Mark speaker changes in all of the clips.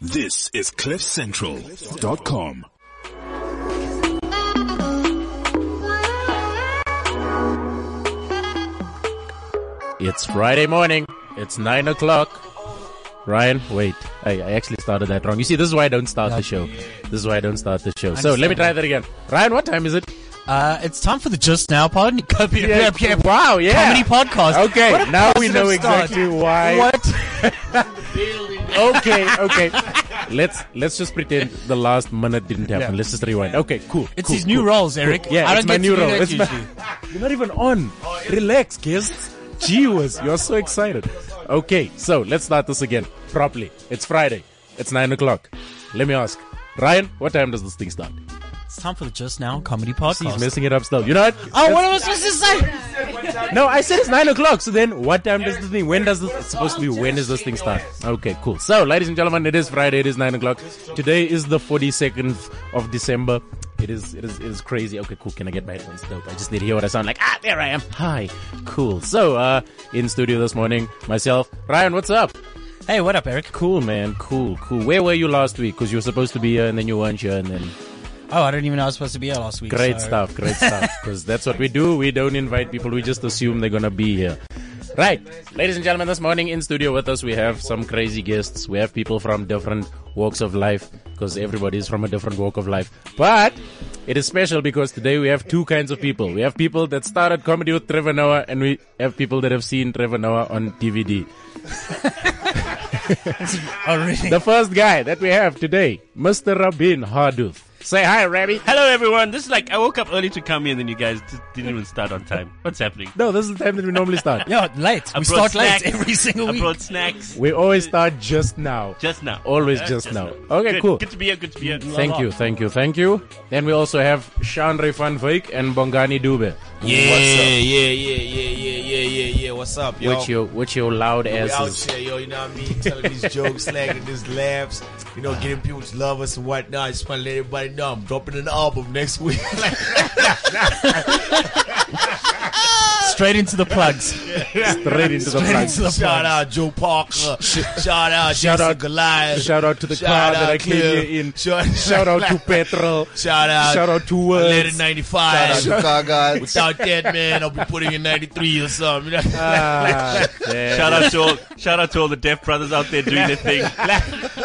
Speaker 1: This is CliffCentral.com.
Speaker 2: It's Friday morning. It's nine o'clock. Ryan, wait. I, I actually started that wrong. You see, this is why I don't start the show. This is why I don't start the show. So let me try that again. Ryan, what time is it?
Speaker 3: Uh, it's time for the Just Now pod. Comedy
Speaker 2: Wow, yeah.
Speaker 3: podcast.
Speaker 2: Okay,
Speaker 3: What a
Speaker 2: now we
Speaker 3: positive
Speaker 2: know
Speaker 3: start.
Speaker 2: exactly why.
Speaker 3: What?
Speaker 2: Okay, okay. let's let's just pretend the last minute didn't happen.
Speaker 3: Yeah.
Speaker 2: Let's just rewind. Okay, cool.
Speaker 3: It's
Speaker 2: cool,
Speaker 3: his new
Speaker 2: cool.
Speaker 3: roles, Eric.
Speaker 2: Yeah,
Speaker 3: I
Speaker 2: it's
Speaker 3: don't
Speaker 2: my
Speaker 3: get
Speaker 2: new
Speaker 3: to do
Speaker 2: role.
Speaker 3: that
Speaker 2: It's my-
Speaker 3: usually.
Speaker 2: You're not even on. Relax, guests. Gee whiz, you're so excited. Okay, so let's start this again properly. It's Friday. It's nine o'clock. Let me ask, Ryan, what time does this thing start?
Speaker 3: It's time for the Just Now comedy
Speaker 2: He's
Speaker 3: podcast.
Speaker 2: messing it up still. You know what?
Speaker 3: oh, what am I supposed to say?
Speaker 2: No, I said it's nine o'clock. So then, what time does this thing? When does this? It's supposed to be when does this thing start? Okay, cool. So, ladies and gentlemen, it is Friday. It is nine o'clock. Today is the forty-second of December. It is. It is. It is crazy. Okay, cool. Can I get my headphones? Dope. I just need to hear what I sound like. Ah, there I am. Hi. Cool. So, uh, in studio this morning, myself, Ryan. What's up?
Speaker 3: Hey, what up, Eric?
Speaker 2: Cool, man. Cool. Cool. Where were you last week? Because you were supposed to be here, and then you weren't here, and then.
Speaker 3: Oh, I didn't even know I was supposed to be here last week.
Speaker 2: Great
Speaker 3: so-
Speaker 2: stuff, great stuff. Because that's what we do. We don't invite people, we just assume they're going to be here. Right, ladies and gentlemen, this morning in studio with us, we have some crazy guests. We have people from different walks of life because everybody is from a different walk of life. But it is special because today we have two kinds of people. We have people that started comedy with Trevor Noah, and we have people that have seen Trevor Noah on DVD.
Speaker 3: Oh, really?
Speaker 2: The first guy that we have today, Mr. Rabin Harduth. Say hi, Rabbi.
Speaker 4: Hello, everyone. This is like I woke up early to come here, and then you guys just didn't even start on time. What's happening?
Speaker 2: No, this is the time that we normally start.
Speaker 3: Yeah, late.
Speaker 4: I
Speaker 3: we
Speaker 4: brought
Speaker 3: start late
Speaker 4: snacks.
Speaker 3: every single
Speaker 4: I
Speaker 3: week.
Speaker 4: brought snacks
Speaker 2: We always start just now.
Speaker 4: just now.
Speaker 2: Always
Speaker 4: Uh,
Speaker 2: just now. Okay,
Speaker 4: Good.
Speaker 2: cool.
Speaker 4: Good to be here. Good to be here.
Speaker 2: Thank you, thank you, thank you. Then we also have Shandre van Vijk and Bongani Dube,
Speaker 5: Yeah, yeah, yeah, yeah, yeah, yeah, yeah, yeah. What's up, yo?
Speaker 2: which you, which you loud
Speaker 5: we out
Speaker 2: asses.
Speaker 5: here, yo. You know what I mean? Telling these jokes, slagging these laughs. You know, getting people to love us and whatnot. I just want to let everybody know I'm dropping an album next week. Like,
Speaker 3: Straight into the plugs.
Speaker 2: Straight into the front.
Speaker 3: into the
Speaker 5: shout
Speaker 3: plugs.
Speaker 5: out Joe Parker. shout out shout
Speaker 2: out-
Speaker 5: out Goliath.
Speaker 2: Shout out to the
Speaker 5: Shout
Speaker 2: crowd
Speaker 5: out
Speaker 2: that I came
Speaker 5: Cliff.
Speaker 2: here in.
Speaker 5: Shout,
Speaker 2: Shout out to Petrol.
Speaker 5: Shout out.
Speaker 2: Shout out to
Speaker 5: Later
Speaker 2: Words.
Speaker 5: 95.
Speaker 6: Chicago.
Speaker 5: Without that, man, I'll be putting in 93 or something. You know?
Speaker 2: Ah, damn.
Speaker 4: Shout out to all, shout out to all the deaf brothers out there doing their thing.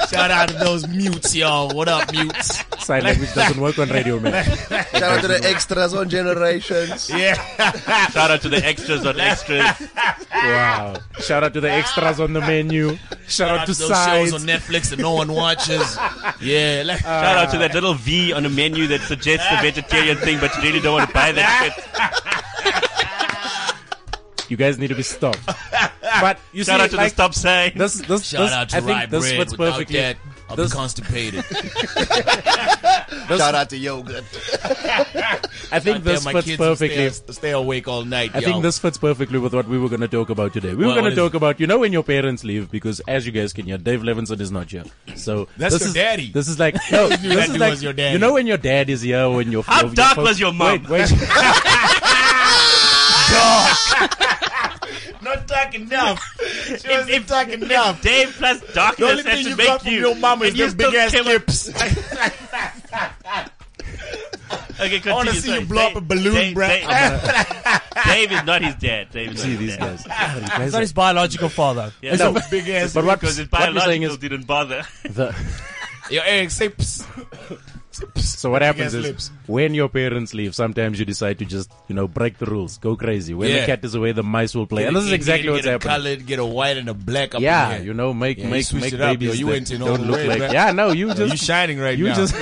Speaker 5: shout out to those mutes, y'all. What up, mutes?
Speaker 2: Sign language doesn't work on radio, man.
Speaker 6: Shout out to the extras on Generations.
Speaker 4: Shout out to the extras on extras.
Speaker 2: Wow. Shout out to the extras on the menu. Shout out to
Speaker 5: those shows on
Speaker 2: sides.
Speaker 5: Netflix that no one watches. yeah, like,
Speaker 4: Shout out to that little V on a menu that suggests the vegetarian thing, but you really don't want to buy that shit.
Speaker 2: You guys need to be stopped. But you
Speaker 4: Shout
Speaker 2: see,
Speaker 4: out to the
Speaker 2: like,
Speaker 4: stop sign.
Speaker 2: This, this,
Speaker 5: shout
Speaker 2: this,
Speaker 5: out to
Speaker 2: I think
Speaker 5: rye
Speaker 2: this
Speaker 5: bread.
Speaker 2: fits
Speaker 5: Without
Speaker 2: perfectly.
Speaker 5: that, I'll
Speaker 2: This-
Speaker 5: be constipated.
Speaker 6: Shout out to yogurt.
Speaker 2: I think
Speaker 5: Damn,
Speaker 2: this
Speaker 5: my
Speaker 2: fits
Speaker 5: kids will
Speaker 2: perfectly.
Speaker 5: Stay, stay awake all night.
Speaker 2: I think this fits perfectly with what we were going to talk about today. We were
Speaker 5: What-
Speaker 2: going
Speaker 5: what
Speaker 2: to
Speaker 5: is
Speaker 2: talk about, you know, when your parents leave, because as you guys can hear, Dave Levinson is not here. So
Speaker 5: That's
Speaker 2: this
Speaker 5: your
Speaker 2: is,
Speaker 5: daddy.
Speaker 2: This is like no, this
Speaker 5: that
Speaker 2: is
Speaker 5: dude
Speaker 2: like
Speaker 5: was your daddy.
Speaker 2: you know when your dad is here, when your
Speaker 4: How
Speaker 2: your-
Speaker 4: dark
Speaker 2: your-
Speaker 4: was your mom?
Speaker 2: Wait, wait.
Speaker 5: not talking enough. She wasn't
Speaker 4: if-
Speaker 5: talking enough.
Speaker 4: Dave plus
Speaker 5: The
Speaker 4: darkness
Speaker 5: only
Speaker 4: has to
Speaker 5: thing you got
Speaker 4: make
Speaker 5: from
Speaker 4: you.
Speaker 5: your mama is
Speaker 4: and you
Speaker 5: them big
Speaker 4: still
Speaker 5: ass
Speaker 4: came up-
Speaker 5: lips.
Speaker 4: Okay, continue.
Speaker 5: I want to see
Speaker 4: sorry.
Speaker 5: you blow up a
Speaker 4: Dave-
Speaker 5: balloon,
Speaker 4: Dave-
Speaker 5: bruh.
Speaker 4: Dave- Dave is not his dad. Dave is not
Speaker 2: See
Speaker 4: his
Speaker 2: these
Speaker 4: dad.
Speaker 2: guys. God, you guys
Speaker 3: It's not his biological father.
Speaker 4: Yeah,
Speaker 2: No.
Speaker 4: no,
Speaker 5: Big ass.
Speaker 2: but what,
Speaker 4: because his
Speaker 2: what we're saying
Speaker 4: biological
Speaker 2: is
Speaker 4: didn't bother.
Speaker 2: the,
Speaker 5: Yo, Eric, say psst.
Speaker 2: so what happens is
Speaker 5: ass lips.
Speaker 2: when your parents leave, sometimes you decide to just you know break the rules, go crazy. When the
Speaker 5: Yeah.
Speaker 2: cat is away, the mice will play, and this is
Speaker 5: Get a
Speaker 2: exactly
Speaker 5: Indian,
Speaker 2: what's
Speaker 5: get
Speaker 2: happening.
Speaker 5: A colored, get a white and a black up
Speaker 2: Yeah,
Speaker 5: in here.
Speaker 2: you know, make
Speaker 5: you
Speaker 2: make
Speaker 5: switched
Speaker 2: make
Speaker 5: it up, yo.
Speaker 2: babies
Speaker 5: You
Speaker 2: that
Speaker 5: went in all
Speaker 2: don't
Speaker 5: the
Speaker 2: look
Speaker 5: way,
Speaker 2: like.
Speaker 5: bruh.
Speaker 2: Yeah, no, you
Speaker 5: you
Speaker 2: just
Speaker 5: shining right
Speaker 2: you
Speaker 5: now.
Speaker 2: just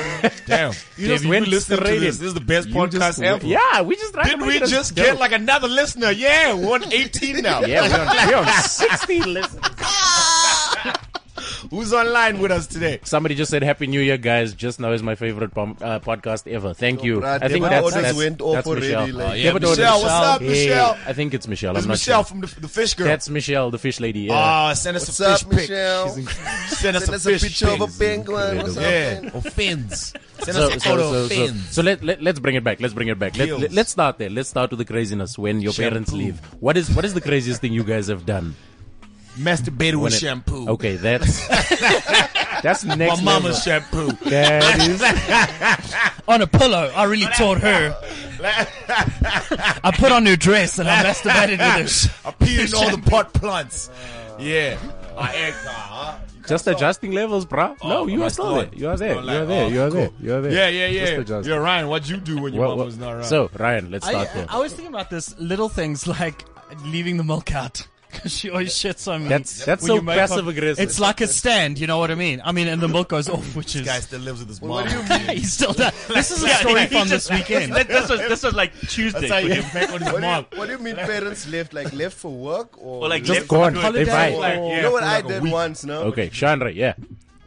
Speaker 5: Damn.
Speaker 2: You
Speaker 5: Dave,
Speaker 2: just
Speaker 5: you
Speaker 2: went
Speaker 5: listen to
Speaker 2: straight
Speaker 5: this.
Speaker 2: in.
Speaker 5: This is the best
Speaker 2: You
Speaker 5: podcast
Speaker 2: just
Speaker 5: ever.
Speaker 2: went- Yeah, we just tried to
Speaker 5: Didn't
Speaker 2: make
Speaker 5: we
Speaker 2: it a
Speaker 5: just
Speaker 2: joke.
Speaker 5: get like another listener? Yeah, one eighteen now.
Speaker 2: yeah, we're on, we're on 16 listen.
Speaker 5: Who's online with us today?
Speaker 2: Somebody just said Happy New Year, guys. Just now is my favorite pom- uh, podcast ever. Thank you.
Speaker 6: Right,
Speaker 2: I think
Speaker 6: Debra
Speaker 2: that's,
Speaker 6: orders
Speaker 2: that's,
Speaker 6: went off
Speaker 2: that's
Speaker 6: already,
Speaker 2: Michelle.
Speaker 6: like-
Speaker 5: Yeah,
Speaker 2: Debra orders-
Speaker 5: Michelle, what's up,
Speaker 2: Hey,
Speaker 5: Michelle?
Speaker 2: I think it's Michelle.
Speaker 5: It's
Speaker 2: I'm not sure.
Speaker 5: Michelle from the, the Fish Girl.
Speaker 2: That's Michelle, the fish lady. Yeah.
Speaker 5: Ah, send us
Speaker 6: What's
Speaker 5: a fish
Speaker 6: up,
Speaker 5: pic.
Speaker 6: Michelle?
Speaker 5: Send us
Speaker 6: Send
Speaker 5: a
Speaker 6: us a
Speaker 5: fish
Speaker 6: picture
Speaker 5: pic.
Speaker 6: of a penguin or
Speaker 2: Incredible.
Speaker 6: something.
Speaker 5: Yeah, or fins. Send
Speaker 2: so,
Speaker 5: us a
Speaker 2: so,
Speaker 5: photo
Speaker 2: so,
Speaker 5: of
Speaker 2: so,
Speaker 5: fins.
Speaker 2: so let, let, let's bring it back. Let's bring it back. Let,
Speaker 5: Heels.
Speaker 2: let, let's start there. Let's start with the craziness when your parents
Speaker 5: Shampoo.
Speaker 2: leave. What is what is the craziest thing you guys have done?
Speaker 5: Masturbated
Speaker 2: When
Speaker 5: with
Speaker 2: it-
Speaker 5: shampoo.
Speaker 2: Okay, that's That's next
Speaker 5: My mama's
Speaker 2: level.
Speaker 5: shampoo.
Speaker 2: That is
Speaker 3: on a pillow. I really taught her. I put on her dress and I masturbated with her.
Speaker 5: I peed in all the pot plants.
Speaker 2: Uh,
Speaker 5: Yeah. I act, uh, huh?
Speaker 2: just adjusting levels, bruh. No,
Speaker 5: Oh,
Speaker 2: you
Speaker 5: am I
Speaker 2: are still
Speaker 5: still
Speaker 2: there.
Speaker 5: on?
Speaker 2: You are there.
Speaker 5: Still
Speaker 2: you are
Speaker 5: like,
Speaker 2: there.
Speaker 5: oh,
Speaker 2: you are there.
Speaker 5: cool.
Speaker 2: You are there.
Speaker 5: Yeah, yeah, yeah.
Speaker 2: Just adjust.
Speaker 5: Yo, Ryan, what'd you do when your
Speaker 2: Well,
Speaker 5: mama
Speaker 2: well,
Speaker 5: was not around?
Speaker 2: So, Ryan, let's start
Speaker 3: I,
Speaker 2: there.
Speaker 3: I was thinking about this little things like leaving the milk out because she always shits on me.
Speaker 2: That's- that's
Speaker 3: When
Speaker 2: so
Speaker 3: you make up-
Speaker 2: passive-aggressive.
Speaker 3: It's like a stand, you know what I mean? I mean, and the milk goes off, which
Speaker 5: this guy
Speaker 3: is
Speaker 5: still lives with his mom.
Speaker 6: what do you
Speaker 3: he
Speaker 6: mean?
Speaker 3: still does. This is a
Speaker 4: Yeah,
Speaker 3: story
Speaker 4: he
Speaker 3: from
Speaker 4: just-
Speaker 3: this weekend.
Speaker 4: That- this was this was like Tuesday.
Speaker 5: That's how
Speaker 4: for
Speaker 5: you
Speaker 4: him.
Speaker 5: get back on his
Speaker 6: What do,
Speaker 5: mom.
Speaker 6: you, what do you mean parents left? Like left for work or,
Speaker 4: Or like
Speaker 2: Just
Speaker 4: left
Speaker 2: gone.
Speaker 4: foot.
Speaker 2: They buy.
Speaker 6: Oh,
Speaker 5: like,
Speaker 6: you
Speaker 5: yeah,
Speaker 6: know what
Speaker 5: for
Speaker 6: I
Speaker 5: like a
Speaker 6: did
Speaker 5: week.
Speaker 6: once, no?
Speaker 2: Okay, Chandra, yeah.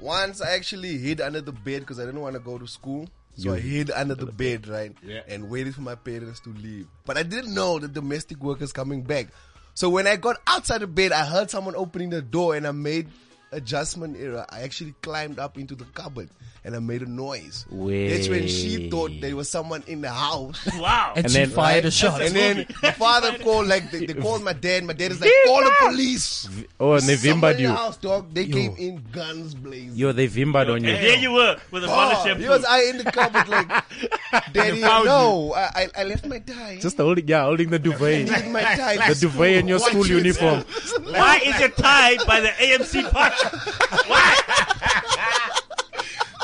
Speaker 6: Once I actually hid under the bed because I didn't want to go to school. So I hid under the bed, right?
Speaker 5: Yeah.
Speaker 6: And waited for my parents to leave. But I didn't know the domestic workers coming back. So when I got outside the bed, I heard someone opening the door and I made adjustment error. I actually climbed up into the cupboard and I made a noise. That's when she
Speaker 2: Wait.
Speaker 6: thought there was someone in the house.
Speaker 4: Wow.
Speaker 3: and,
Speaker 2: And
Speaker 3: she
Speaker 2: then-
Speaker 3: fired a shot.
Speaker 6: And then my father called, like they, they called my dad. My dad is like, call the police.
Speaker 2: Oh, and they
Speaker 6: Somebody
Speaker 2: vimbaed you.
Speaker 6: else, dog. They came in guns blazing.
Speaker 2: Yo, they vimbaed on you.
Speaker 4: And there you were with a bottle
Speaker 6: Oh,
Speaker 4: of shampoo.
Speaker 6: Because I in the cupboard like, Daddy, no, I, I- I left my tie.
Speaker 2: Just holding, yeah, holding the duvet.
Speaker 6: Leave my tie.
Speaker 2: the duvet in your school uniform.
Speaker 4: Why is your tie by the AMC park?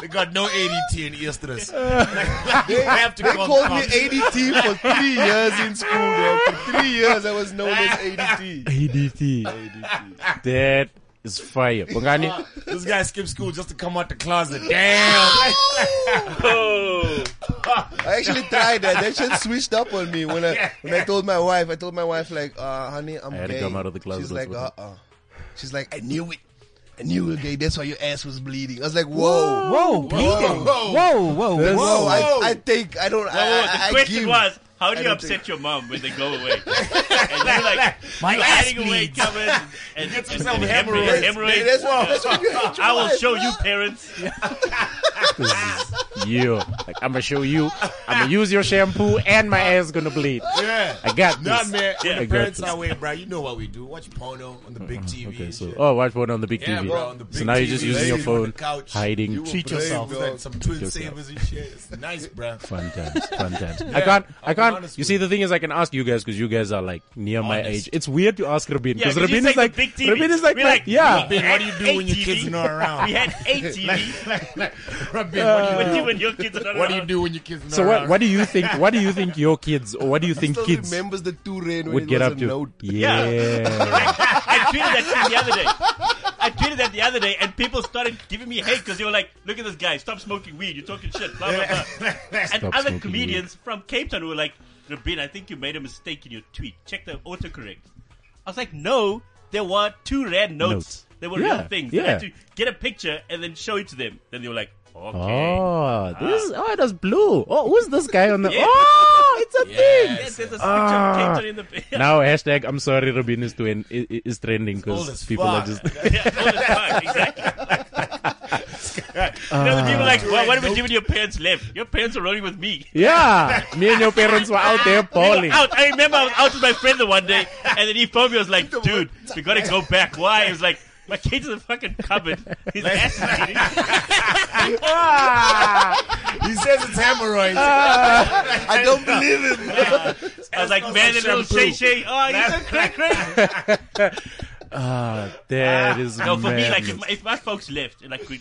Speaker 5: They got no ADT in Easterners. they have to
Speaker 6: They
Speaker 5: call
Speaker 6: called me
Speaker 5: cops.
Speaker 6: ADT for three years in school, bro. For three years, I was known as ADT.
Speaker 2: ADT. That is fire. Bongani,
Speaker 5: This guy skipped school just to come out the closet. Damn.
Speaker 6: I actually tried that. That shit switched up on me when I when I told my wife. I told my wife like, uh, honey, I'm
Speaker 2: I had to
Speaker 6: gay.
Speaker 2: come out of the closet
Speaker 6: She's like,
Speaker 2: with
Speaker 6: uh,
Speaker 2: it.
Speaker 6: uh. She's like, I knew it. I knew you were gay. That's why your ass was bleeding. I was like, whoa,
Speaker 3: whoa, bleeding.
Speaker 5: whoa.
Speaker 3: whoa, whoa,
Speaker 6: whoa.
Speaker 3: whoa.
Speaker 6: I, I take. I don't.
Speaker 4: Oh,
Speaker 6: I,
Speaker 4: the
Speaker 6: I, I
Speaker 4: question
Speaker 6: give.
Speaker 4: was, how do you
Speaker 6: don't
Speaker 4: upset your mom when they go away? and you're like,
Speaker 3: My ass
Speaker 4: hiding away
Speaker 3: bleeds.
Speaker 4: covers and, and, and,
Speaker 5: some
Speaker 4: and
Speaker 5: hemorrhoids.
Speaker 4: hemorrhoids.
Speaker 6: That's-
Speaker 4: hemorrhoids.
Speaker 6: that's what you hate your
Speaker 4: I will
Speaker 6: wife,
Speaker 4: show
Speaker 6: bro.
Speaker 4: you parents.
Speaker 2: you. Like, I'm going to show you. I'm going to use your shampoo and my ass going to bleed.
Speaker 5: Yeah.
Speaker 2: I got this.
Speaker 5: Nah, man.
Speaker 2: I
Speaker 5: When the
Speaker 2: got
Speaker 5: parents
Speaker 2: this.
Speaker 5: are away, bro, you know what we do. Watch porno on the big TV.
Speaker 2: Okay,
Speaker 5: and
Speaker 2: so,
Speaker 5: shit.
Speaker 2: oh, watch porn on the big
Speaker 5: Yeah,
Speaker 2: TV.
Speaker 5: bro, on the
Speaker 2: so
Speaker 5: big
Speaker 2: now you're just
Speaker 5: TV,
Speaker 2: using your
Speaker 5: ladies on the
Speaker 2: phone,
Speaker 5: couch.
Speaker 2: hiding.
Speaker 3: Treat yourself.
Speaker 5: With that- some twin
Speaker 2: Yourself.
Speaker 5: savers and shit. It's nice, bro.
Speaker 2: Fun times, fun times. I can't, I
Speaker 5: I'll be
Speaker 2: can't.
Speaker 5: honest
Speaker 2: You
Speaker 5: with
Speaker 2: see,
Speaker 5: you.
Speaker 2: the thing is, I can ask you guys because you guys are like near my
Speaker 5: Honest.
Speaker 2: age. It's weird to ask Rabin because
Speaker 4: Yeah, 'cause he's
Speaker 2: Rabin is
Speaker 4: like
Speaker 2: like,
Speaker 4: the big TV.
Speaker 2: Rabin is like,
Speaker 4: We're
Speaker 2: my-
Speaker 4: like,
Speaker 2: yeah.
Speaker 5: Rabin, what do you do
Speaker 4: Eight
Speaker 5: when your kids
Speaker 4: TV.
Speaker 5: are not around?
Speaker 4: We had eight TV.
Speaker 5: Rabin, what do you
Speaker 4: But you and your kids are not
Speaker 5: do? What do you
Speaker 4: around.
Speaker 5: do when your kids are not
Speaker 2: So what,
Speaker 5: around?
Speaker 2: what do you think? What do you think your kids or what do you think
Speaker 6: Still
Speaker 2: kids
Speaker 6: remembers the two rain when
Speaker 2: would
Speaker 6: it
Speaker 2: get
Speaker 6: was
Speaker 2: up
Speaker 6: a
Speaker 2: to?
Speaker 6: note.
Speaker 2: Yeah.
Speaker 4: I tweeted that thing the other day. I tweeted that the other day, and people started giving me hate because they were like, "Look at this guy! Stop smoking weed! You're talking shit!" Blah blah blah. and
Speaker 2: Stop
Speaker 4: other
Speaker 2: smoking
Speaker 4: comedians from Cape Town were like, "Rabin, I think you made a mistake in your tweet. Check the autocorrect." I was like, "No, there were two red notes.
Speaker 2: Notes.
Speaker 4: They were
Speaker 2: Yeah,
Speaker 4: real things. I
Speaker 2: yeah.
Speaker 4: had to get a picture and then show it to them." Then they were like, "Okay."
Speaker 2: Oh, this oh, it was blue. Oh, who's this guy on the?
Speaker 4: Ah. Yeah.
Speaker 2: Oh, it's a thing.
Speaker 4: Yes, there's a picture of Cape
Speaker 2: Ah.
Speaker 4: Town in the
Speaker 2: Now hashtag I'm sorry Rabin is to end, is, is trending
Speaker 5: old
Speaker 2: because
Speaker 5: as
Speaker 2: people
Speaker 5: fuck.
Speaker 2: are just
Speaker 4: Yeah, all the time, exactly. you know, the people are like, well, what did you when your parents left? Your parents were rolling with me.
Speaker 2: yeah. Me and your parents were out there
Speaker 4: We were
Speaker 2: bowling.
Speaker 4: out. I remember I was out with my friend the one day, and then he phoned me. I was like, dude, we gotta go back. Why? He was like, my kid's in the fucking cupboard. His ass is eating.
Speaker 5: He says it's hemorrhoids.
Speaker 6: I don't believe him.
Speaker 4: I was like, man, and I'm Shay Shay. Oh, you so cray cray.
Speaker 2: That is
Speaker 4: Ah. No, for me, like,
Speaker 2: madness.
Speaker 4: if my, if my folks left, and like, we-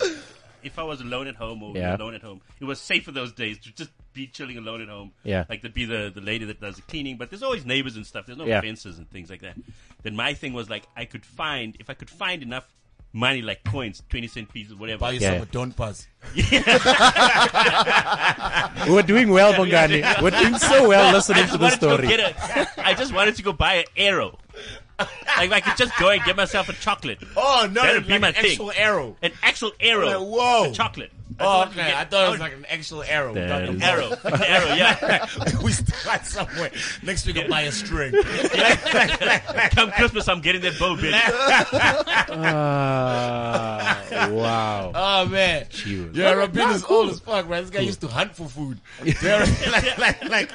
Speaker 4: if I was alone at home or
Speaker 2: Yeah.
Speaker 4: alone at home, it was safer those days to just be chilling alone at home.
Speaker 2: Yeah.
Speaker 4: Like, there'd be the, the lady that does the cleaning, but there's always neighbors and stuff. There's no
Speaker 2: Yeah.
Speaker 4: fences and things like that. Then my thing was, like, I could find, if I could find enough money, like coins, 20 cent pieces, whatever.
Speaker 5: Buy yourself
Speaker 2: Yeah.
Speaker 5: a don't pass.
Speaker 2: We're doing well, Bongani. We're doing so well
Speaker 4: I
Speaker 2: listening
Speaker 4: just
Speaker 2: to the
Speaker 4: wanted
Speaker 2: story.
Speaker 4: To go get a, I just wanted to go buy an arrow. Like, I could just go and get myself a chocolate.
Speaker 5: Oh, no.
Speaker 4: That'd be
Speaker 5: like
Speaker 4: my
Speaker 5: an
Speaker 4: thing.
Speaker 5: actual arrow.
Speaker 4: An actual arrow.
Speaker 5: Like, whoa.
Speaker 4: A chocolate.
Speaker 5: Oh,
Speaker 4: thought
Speaker 5: okay. I thought it was like an actual arrow.
Speaker 2: That is-
Speaker 4: arrow, It's an arrow. Yeah,
Speaker 5: we start somewhere. Next week, I'll buy a string.
Speaker 4: come Christmas, I'm getting that bow, bitch.
Speaker 2: Ah, wow.
Speaker 5: Oh, man.
Speaker 2: Tune.
Speaker 5: Yeah, Rabin is old as fuck, man. This guy used to hunt for food. Yeah, like, like, like,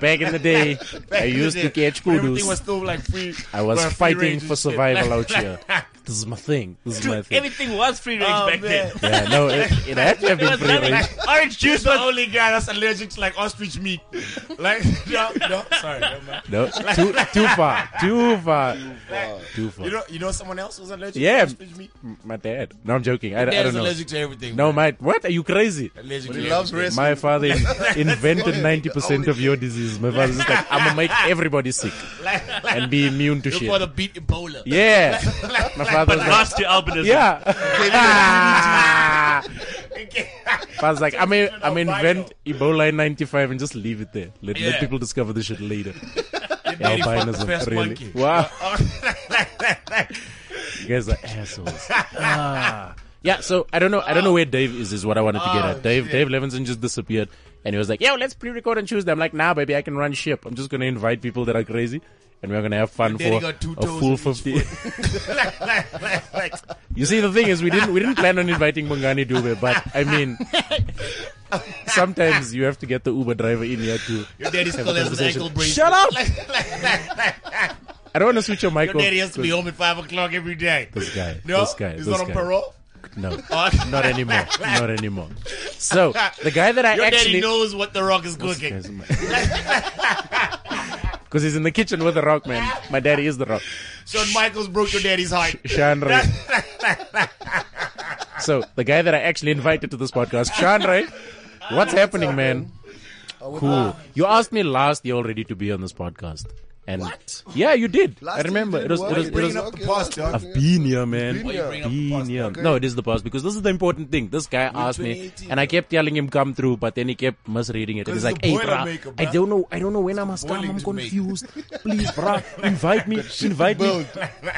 Speaker 2: Back in the day,
Speaker 5: back
Speaker 2: I
Speaker 5: in the
Speaker 2: used
Speaker 5: day,
Speaker 2: to catch
Speaker 5: when Everything was
Speaker 2: kudos.
Speaker 5: still like free.
Speaker 2: I was
Speaker 5: uh, free
Speaker 2: fighting
Speaker 5: range
Speaker 2: for
Speaker 5: and shit.
Speaker 2: survival
Speaker 5: Like,
Speaker 2: out here. This is my thing. This is my thing.
Speaker 4: Everything was free range
Speaker 5: Oh,
Speaker 4: back
Speaker 5: man.
Speaker 4: then.
Speaker 2: Yeah, no, it, it had to have been
Speaker 4: was
Speaker 2: free range.
Speaker 5: Orange juice the only guy that's allergic to like ostrich meat. Like no, no, sorry, never mind.
Speaker 2: No, too, too far, too far, too far.
Speaker 5: You know, you know, someone else was allergic.
Speaker 2: Yeah.
Speaker 5: to ostrich meat.
Speaker 2: my dad. No, I'm joking. I, I
Speaker 5: Dad's
Speaker 2: don't know.
Speaker 5: allergic to everything.
Speaker 2: No,
Speaker 5: man.
Speaker 2: my what? Are you crazy?
Speaker 5: allergic
Speaker 6: He
Speaker 5: to
Speaker 6: loves
Speaker 5: everything.
Speaker 2: My
Speaker 6: wrestling.
Speaker 2: father in- invented
Speaker 6: only-
Speaker 2: ninety percent
Speaker 6: the
Speaker 2: of your disease. My father's just like, I'm gonna make everybody sick
Speaker 5: Like, like,
Speaker 2: and be immune to
Speaker 5: you for the
Speaker 2: shit.
Speaker 5: beat Ebola.
Speaker 2: Yeah, my father
Speaker 4: But
Speaker 2: was like,
Speaker 4: last year, albinism.
Speaker 2: yeah.
Speaker 5: Okay.
Speaker 2: Father's like, I'm a, I'm a
Speaker 5: albino.
Speaker 2: invent Ebola in '95 and just leave it there. Let, let
Speaker 5: Yeah.
Speaker 2: people discover the shit later.
Speaker 5: Daddy fucked the
Speaker 2: Albinism,
Speaker 5: first
Speaker 2: really?
Speaker 5: monkey.
Speaker 2: Wow.
Speaker 5: Like, like, like,
Speaker 2: You guys are assholes. Ah. Yeah, so I don't know. I don't know where Dave is. Is what I wanted to get
Speaker 5: Oh,
Speaker 2: at. Dave Dave Levinson just disappeared, and he was like, "Yo, let's pre-record on Tuesday." I'm like, "Nah, baby, I can run ship. I'm just gonna invite people that are crazy, and we're gonna have fun
Speaker 5: Daddy
Speaker 2: for
Speaker 5: got two
Speaker 2: a
Speaker 5: toes
Speaker 2: full
Speaker 5: in each
Speaker 2: 50."
Speaker 5: like, like, like, like.
Speaker 2: you see, the thing is, we didn't we didn't plan on inviting Mungani Dube, but I mean, sometimes you have to get the Uber driver in here too.
Speaker 5: Your daddy still has an ankle brace.
Speaker 2: Shut up!
Speaker 5: Like, like, like, like.
Speaker 2: I don't want to switch your mic
Speaker 5: Your
Speaker 2: off.
Speaker 5: daddy has to be home at five o'clock every day.
Speaker 2: This guy,
Speaker 5: No,
Speaker 2: this guy,
Speaker 5: he's
Speaker 2: this
Speaker 5: not on
Speaker 2: guy.
Speaker 5: parole.
Speaker 2: No,
Speaker 5: Oh.
Speaker 2: not anymore. Not anymore. So the guy that I
Speaker 5: Your
Speaker 2: actually
Speaker 5: daddy knows what the rock is cooking.
Speaker 2: Because he's in the kitchen with the rock, man. My daddy is the rock.
Speaker 5: Shawn Michaels broke your daddy's heart.
Speaker 2: Sean Ray. so, the guy that I actually invited to this podcast, Sean Ray, what's happening, man?
Speaker 6: Oh,
Speaker 2: Cool. You asked me last year already to be on this podcast. And
Speaker 6: What?
Speaker 2: Yeah, you did.
Speaker 6: Last
Speaker 2: I
Speaker 6: year you
Speaker 2: remember.
Speaker 6: did
Speaker 2: It was,
Speaker 6: what?
Speaker 2: it was, it was,
Speaker 6: You bringing up the past, dog.
Speaker 2: I've been here, man.
Speaker 6: Been here.
Speaker 2: Been here. No, it is the past because this is the important thing. This guy asked me,
Speaker 5: 2018,
Speaker 2: and I kept telling him come through, but then he kept misreading it. And he's
Speaker 5: Because
Speaker 2: like,
Speaker 5: the
Speaker 2: "Hey,
Speaker 5: boiler
Speaker 2: bruh,
Speaker 5: maker,
Speaker 2: I
Speaker 5: bruh.
Speaker 2: don't know, I don't know when I must come.
Speaker 5: boiling
Speaker 2: I'm
Speaker 5: to make."
Speaker 2: confused. Please, bruh, invite me, invite me,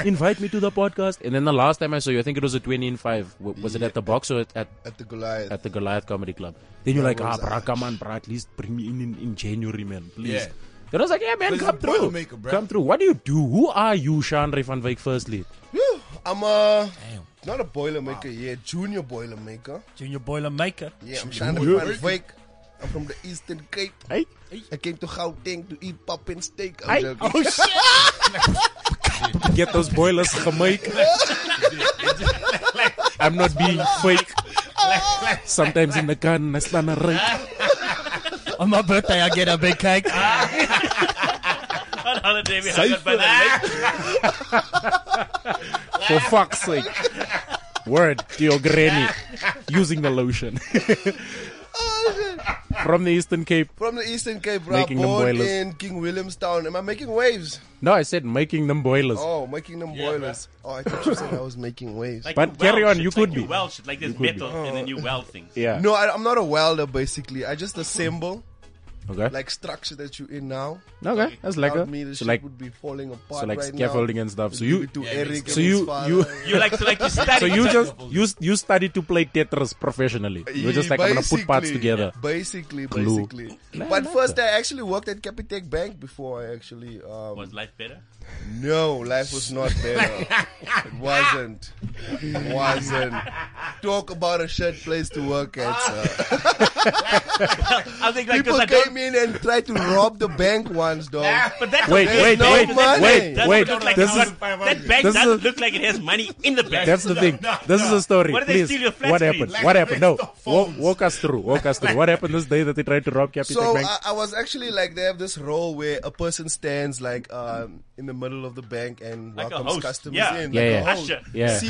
Speaker 2: invite me to the podcast." And then the last time I saw you, I think it was a twenty and five. W- Was it at the box or at, at
Speaker 6: At the Goliath.
Speaker 2: at the Goliath Comedy Club? Then you're like, "Ah, bruh, come on, bruh, at least bring me in in, in January, man, please."
Speaker 5: Yeah.
Speaker 2: Then I was like, yeah, man,
Speaker 5: Because
Speaker 2: come
Speaker 5: the boiler
Speaker 2: through.
Speaker 5: maker, bruh.
Speaker 2: come through. What do you do? Who are you, Shandre van Wyk, firstly?
Speaker 6: Whew, I'm a not a boilermaker yet, junior boilermaker.
Speaker 3: Junior Boiler Maker.
Speaker 6: Yeah, I'm Shandra van Wyk. I'm from the Eastern Cape.
Speaker 2: Hey,
Speaker 6: I came to Gauteng to eat pop and steak. I'm
Speaker 2: hey.
Speaker 6: joking.
Speaker 2: Oh, shit. Get those boilers gemaakt. I'm not being fake. Sometimes in the garden, I stand a rake.
Speaker 3: On my birthday, I get a big cake.
Speaker 4: On holiday, we hung out by the lake.
Speaker 2: For fuck's sake. Word to your granny. Using the lotion. From the Eastern Cape.
Speaker 6: From the Eastern Cape, bro.
Speaker 2: Making them
Speaker 6: Born
Speaker 2: boilers.
Speaker 6: in King Williamstown. Am I making waves?
Speaker 2: No, I said making them boilers.
Speaker 6: Oh, making them boilers. Oh, I thought you said I was making waves.
Speaker 4: Like
Speaker 2: But
Speaker 4: you
Speaker 2: carry
Speaker 4: weld
Speaker 2: on,
Speaker 4: shit,
Speaker 2: you
Speaker 4: like
Speaker 2: could
Speaker 4: You
Speaker 2: be.
Speaker 4: weld shit, like there's
Speaker 2: could be.
Speaker 4: metal, and then you weld things.
Speaker 2: Yeah.
Speaker 6: no, I, I'm not a welder. Basically, I just assemble
Speaker 2: Okay.
Speaker 6: like structure that you're in now.
Speaker 2: okay. That's
Speaker 6: Without
Speaker 2: like
Speaker 6: me, the
Speaker 2: So
Speaker 6: shit
Speaker 2: like,
Speaker 6: would be falling apart
Speaker 2: so like
Speaker 6: right
Speaker 2: scaffolding
Speaker 6: now.
Speaker 2: and stuff. So
Speaker 6: Leave
Speaker 2: you,
Speaker 6: it to Eric
Speaker 2: so
Speaker 6: and his
Speaker 2: you,
Speaker 6: father.
Speaker 2: you,
Speaker 4: You like so like you study.
Speaker 2: so you just you you study to play Tetris professionally. You're just like I'm gonna put parts
Speaker 6: Basically,
Speaker 2: together.
Speaker 6: Basically,
Speaker 2: Glue.
Speaker 6: basically.
Speaker 2: Nah, I
Speaker 6: but
Speaker 2: like
Speaker 6: first, I actually worked at Capitec Bank before I actually. Um,
Speaker 4: was life better?
Speaker 6: No, life was not better. it wasn't. It wasn't. Talk about a shit place to work at. sir.
Speaker 4: I think like because
Speaker 6: People
Speaker 4: I
Speaker 6: came
Speaker 4: don't. Ah!
Speaker 6: in and tried to rob the bank once, dog.
Speaker 4: But that's
Speaker 2: Wait,
Speaker 4: okay.
Speaker 2: wait,
Speaker 6: no
Speaker 2: wait, wait,
Speaker 4: Doesn't
Speaker 6: money.
Speaker 2: wait.
Speaker 4: look like
Speaker 2: This
Speaker 4: it's
Speaker 2: is
Speaker 4: got- that bank
Speaker 2: this is
Speaker 4: doesn't
Speaker 2: a-
Speaker 4: look like it has money in the bank.
Speaker 2: that's the thing. This is a story.
Speaker 4: What did they
Speaker 2: Please,
Speaker 4: steal your flat
Speaker 2: what
Speaker 4: screen?
Speaker 2: happened?
Speaker 4: Like,
Speaker 2: what happened? No,
Speaker 5: the
Speaker 2: Wa-
Speaker 5: phones.
Speaker 2: walk us through. Walk us through. What happened this day that they tried to rob Capitec
Speaker 6: So
Speaker 2: Bank?
Speaker 4: uh,
Speaker 6: I, I was actually like they have this role where a person stands like um, in the middle of the bank and
Speaker 4: Like a
Speaker 6: welcomes
Speaker 4: host.
Speaker 6: customers
Speaker 4: Yeah.
Speaker 6: in.
Speaker 2: Yeah,
Speaker 6: like
Speaker 2: yeah.
Speaker 6: A host.
Speaker 4: Usher.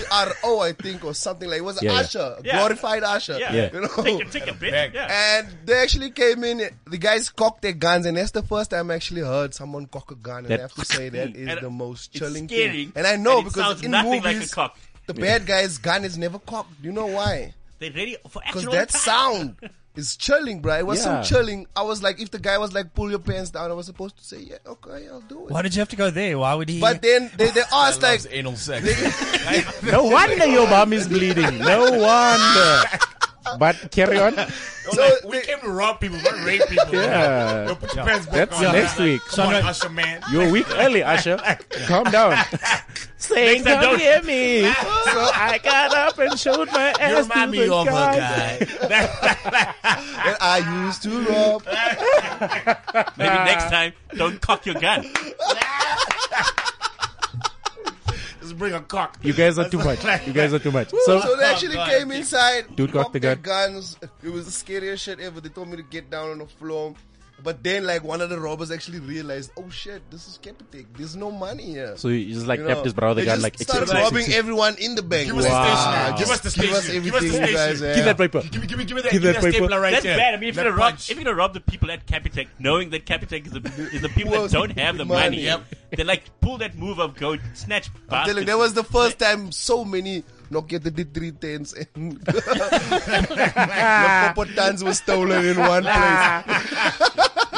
Speaker 2: Yeah.
Speaker 6: CRO, I think, or something like it was
Speaker 2: Yeah, yeah.
Speaker 6: Usher,
Speaker 4: Yeah.
Speaker 6: glorified Usher.
Speaker 4: Yeah.
Speaker 2: Yeah.
Speaker 6: You know?
Speaker 4: Take a take a bit.
Speaker 5: bank.
Speaker 4: Yeah.
Speaker 6: And they actually came in. The guys cocked their guns, and that's the first time I actually heard someone cock a gun. And
Speaker 2: That-
Speaker 6: I have to say that is
Speaker 4: And
Speaker 6: the most
Speaker 4: it's
Speaker 6: chilling
Speaker 4: scary,
Speaker 6: thing. And I know
Speaker 4: and it
Speaker 6: because
Speaker 4: sounds
Speaker 6: in
Speaker 4: nothing
Speaker 6: movies,
Speaker 4: like a cock.
Speaker 6: the bad guy's gun is never cocked. You know why?
Speaker 4: They ready for
Speaker 6: Because
Speaker 4: action. all
Speaker 6: that
Speaker 4: the time.
Speaker 6: sound is chilling, bro. It was
Speaker 2: Yeah.
Speaker 6: so chilling. I was like, if the guy was like, pull your pants down, I was supposed to say, yeah, okay, I'll do it.
Speaker 3: Why did you have to go there? Why would he?
Speaker 6: But then they, they asked like,
Speaker 5: Loves anal sex.
Speaker 2: no wonder your bum is bleeding. No wonder. But carry on.
Speaker 6: So
Speaker 5: we
Speaker 6: they-
Speaker 5: came to rob people, not rape people.
Speaker 2: Yeah.
Speaker 5: Yo, put your pants back
Speaker 2: That's
Speaker 5: on.
Speaker 2: next
Speaker 5: man.
Speaker 2: week.
Speaker 5: Come on, Usher man.
Speaker 2: You're a week early, Usher. Calm down. Saying
Speaker 4: time,
Speaker 2: don't
Speaker 4: don't-
Speaker 2: hear me. so I got up and showed my
Speaker 5: You
Speaker 2: ass to
Speaker 5: remind me
Speaker 2: the
Speaker 5: of a
Speaker 2: guy.
Speaker 5: guy.
Speaker 6: that I used to rob.
Speaker 4: Maybe
Speaker 2: Ah.
Speaker 4: next time, don't cock your gun.
Speaker 5: Just bring a cock.
Speaker 2: You guys are too much. You guys are too much.
Speaker 6: So
Speaker 2: So
Speaker 6: they actually
Speaker 5: Oh,
Speaker 6: came inside.
Speaker 2: Dude got
Speaker 6: popped
Speaker 2: the
Speaker 6: their
Speaker 2: gun.
Speaker 6: guns. It was the scariest shit ever. They told me to get down on the floor. But then, like, one of the robbers actually realized, oh shit, this is Capitec. There's no money here.
Speaker 2: so he just like
Speaker 6: You know,
Speaker 2: tapped his brother
Speaker 6: they
Speaker 2: gun
Speaker 6: just
Speaker 2: like
Speaker 6: started
Speaker 2: "Excuse me,
Speaker 6: robbing
Speaker 2: excuse me."
Speaker 6: everyone in the bank.
Speaker 5: Give us the station. now. Give us the station.
Speaker 6: Give us everything,
Speaker 5: Give us
Speaker 6: you
Speaker 5: the
Speaker 6: guys.
Speaker 5: station.
Speaker 6: yeah.
Speaker 2: Give that paper.
Speaker 5: Give me, give me, give me that,
Speaker 2: Give that
Speaker 5: give me
Speaker 2: paper.
Speaker 5: that stapler right
Speaker 4: That's
Speaker 5: there.
Speaker 4: bad. I mean, if you're,
Speaker 5: That
Speaker 4: gonna rob,
Speaker 5: punch.
Speaker 4: if you're gonna rob the people at Capitec, knowing that Capitec is the, is the people
Speaker 6: Well,
Speaker 4: that don't have the
Speaker 6: money.
Speaker 4: money,
Speaker 6: Yep.
Speaker 4: they like pull that move of go snatch.
Speaker 6: I'm
Speaker 4: bastards.
Speaker 6: telling you, that was the first time so many Nokia 3310s and Lopopotans were stolen in one place.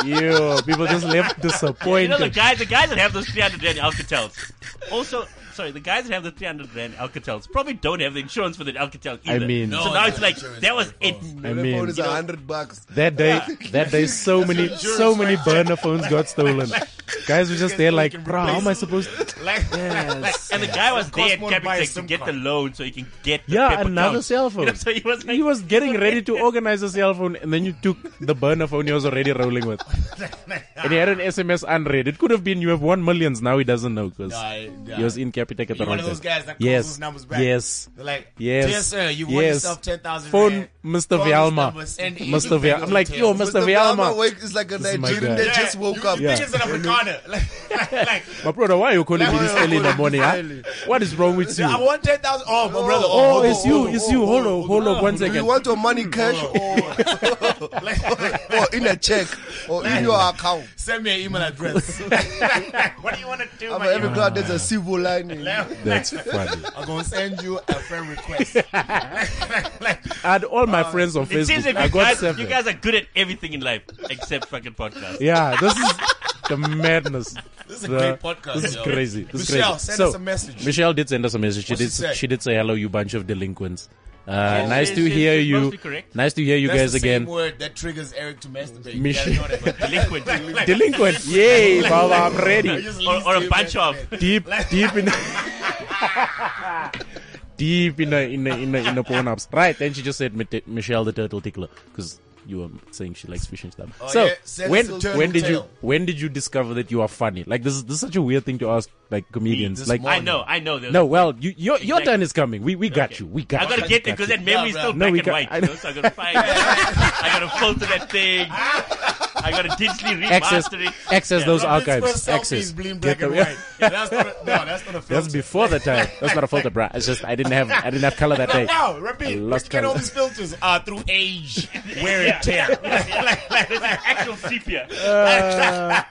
Speaker 2: Yo, people just left
Speaker 4: You know the
Speaker 2: disappointed.
Speaker 4: guys, the guys that have those 300 rand Alcatels. Also, sorry, the guys that have the 300 rand Alcatels probably don't have the insurance for the Alcatel
Speaker 2: I
Speaker 4: either.
Speaker 2: mean-
Speaker 4: so
Speaker 5: No,
Speaker 4: now
Speaker 5: no,
Speaker 4: it's like
Speaker 5: insurance
Speaker 4: that was it.
Speaker 6: I
Speaker 2: mean,
Speaker 6: phone is
Speaker 2: you
Speaker 6: a hundred bucks.
Speaker 2: That day, that day, so many, so many burner phones got stolen. Guys were just there like, bro, how am I supposed? to...
Speaker 5: Like,
Speaker 4: And the guy was there
Speaker 5: costs
Speaker 4: at
Speaker 5: more to buy a
Speaker 4: Capitec to
Speaker 5: SIM
Speaker 4: get the
Speaker 5: card.
Speaker 4: loan so he can get the
Speaker 2: Yeah,
Speaker 4: paper
Speaker 2: another
Speaker 4: towels.
Speaker 2: cell phone.
Speaker 4: You know, so he was like,
Speaker 2: He was getting ready to organize a cell phone, and then you took the burner phone he was already rolling with, and he had an SMS unread. It could have been you have one millions. Now he doesn't know because
Speaker 5: Nah, nah.
Speaker 2: he was in Capitec at the
Speaker 5: You're
Speaker 2: wrong
Speaker 5: one of those
Speaker 2: time.
Speaker 5: guys that calls
Speaker 2: yes,
Speaker 5: those numbers back.
Speaker 2: yes.
Speaker 5: They're like,
Speaker 2: Yes.
Speaker 5: dear sir, you won
Speaker 2: Yes.
Speaker 5: yourself 10,000
Speaker 2: Phone
Speaker 5: rand.
Speaker 2: Mr.
Speaker 5: Call this number,
Speaker 2: Vialma.
Speaker 5: send it.
Speaker 2: Mr. Vialma. I'm like, yo, Mr.
Speaker 6: Mr. Velma
Speaker 2: Vialma.
Speaker 6: wake is like a
Speaker 2: is my
Speaker 6: Nigerian
Speaker 2: guy.
Speaker 6: that just woke
Speaker 5: you,
Speaker 6: up.
Speaker 5: You think it's an Afrikaner. Like, like,
Speaker 2: My brother, why are you calling me this
Speaker 6: Why are you
Speaker 2: early in the morning?
Speaker 6: calling me
Speaker 2: huh?
Speaker 6: early?
Speaker 2: What is wrong with you?
Speaker 5: I want 10,000. Oh, my brother.
Speaker 2: Oh,
Speaker 5: hold on,
Speaker 2: it's
Speaker 5: hold
Speaker 2: you,
Speaker 5: on,
Speaker 2: it's
Speaker 5: hold
Speaker 2: you.
Speaker 5: on,
Speaker 2: Hold on, hold on one
Speaker 6: Do you
Speaker 2: second. Oh.
Speaker 6: want your money cash or, or in a check or in your account?
Speaker 5: Send me an email address. what do you want to do?
Speaker 2: Oh
Speaker 6: I'm
Speaker 5: man?
Speaker 6: every cloud there's a silver lining.
Speaker 2: That's funny.
Speaker 5: I'm going to send you a friend request.
Speaker 2: Add all my friends on
Speaker 4: it seems
Speaker 2: Facebook.
Speaker 4: that
Speaker 2: I
Speaker 4: you
Speaker 2: got
Speaker 4: guys,
Speaker 2: seven.
Speaker 4: you guys are good at everything in life except fucking podcasts.
Speaker 2: Yeah, this is the madness.
Speaker 5: This is a
Speaker 2: The-
Speaker 5: great podcast.
Speaker 2: This is
Speaker 5: yo.
Speaker 2: crazy. This is
Speaker 5: Michelle,
Speaker 2: crazy.
Speaker 5: send
Speaker 2: so,
Speaker 5: us a message.
Speaker 2: Michelle did send us a message. She
Speaker 5: What's
Speaker 2: did.
Speaker 5: she say?
Speaker 2: She did say hello, you bunch of delinquents. Uh,
Speaker 4: she-
Speaker 2: nice to
Speaker 4: she-
Speaker 2: hear
Speaker 4: she's
Speaker 2: you.
Speaker 4: mostly correct.
Speaker 2: Nice to hear you
Speaker 5: That's
Speaker 2: guys
Speaker 5: the same
Speaker 2: again.
Speaker 5: word that triggers Eric to masturbate.
Speaker 2: Michelle-
Speaker 5: You gotta know that.
Speaker 4: Delinquent.
Speaker 2: Delinquent. Yay, Baba, I'm ready.
Speaker 5: Just
Speaker 4: Or,
Speaker 5: leads
Speaker 4: or
Speaker 5: to
Speaker 4: a bunch of.
Speaker 5: masturbate.
Speaker 2: Deep, deep in. deep in the in the in the in the porn ups. Right. Then she just said Mit- Michelle the turtle tickler because. You were saying she likes fish and stuff. so
Speaker 5: Oh, yeah, send
Speaker 2: when
Speaker 5: us a turtle
Speaker 2: when did you
Speaker 5: tail.
Speaker 2: when did you discover that you are funny? Like this is this is such a weird thing to ask like comedians.
Speaker 5: this
Speaker 2: Like
Speaker 4: I know, I know. There's
Speaker 2: No, well, you, your, your
Speaker 4: Exactly.
Speaker 2: turn is coming. We, we got you. We got
Speaker 4: I
Speaker 2: you.
Speaker 4: gotta
Speaker 2: We
Speaker 4: get it
Speaker 2: got
Speaker 4: because
Speaker 2: you.
Speaker 4: that memory's
Speaker 5: Yeah,
Speaker 4: still
Speaker 5: bruh.
Speaker 2: No, we
Speaker 4: black
Speaker 2: got-
Speaker 4: and white.
Speaker 2: I
Speaker 4: you
Speaker 2: know.
Speaker 4: know, so I gotta find it. I gotta filter that thing. I gotta digitally
Speaker 2: access,
Speaker 4: remaster it.
Speaker 2: access those
Speaker 5: That's where
Speaker 2: archives.
Speaker 5: selfies
Speaker 2: Access.
Speaker 5: Being
Speaker 2: Get
Speaker 5: black
Speaker 2: them-
Speaker 5: and white. That's not a, no, that's not a filter.
Speaker 2: That's before the time. That's not a filter, bruh. It's just I didn't have I didn't have color that day.
Speaker 5: Wow,
Speaker 2: eh? I
Speaker 5: repeat. Where
Speaker 2: lost
Speaker 5: you get all
Speaker 2: color.
Speaker 5: these filters uh, through age, wear and tear.
Speaker 4: This is actual sepia.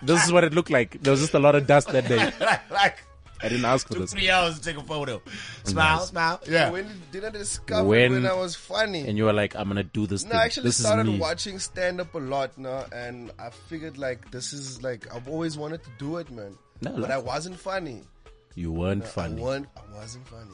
Speaker 2: This is what it looked like. There was just a lot of dust that day.
Speaker 5: like
Speaker 2: I didn't ask for
Speaker 5: took
Speaker 2: this.
Speaker 5: three hours to take a photo. Smile, smile. Yeah.
Speaker 6: When did I discover
Speaker 2: When-
Speaker 6: when, I was funny?
Speaker 2: And you were like, I'm gonna do this.
Speaker 6: No,
Speaker 2: thing.
Speaker 6: I actually
Speaker 2: this
Speaker 6: started
Speaker 2: is me.
Speaker 6: watching stand up a lot now, and I figured like this is like I've always wanted to do it, man.
Speaker 2: No,
Speaker 6: but
Speaker 2: like-
Speaker 6: I wasn't funny.
Speaker 2: You weren't
Speaker 6: I,
Speaker 2: funny.
Speaker 6: weren't, I wasn't funny.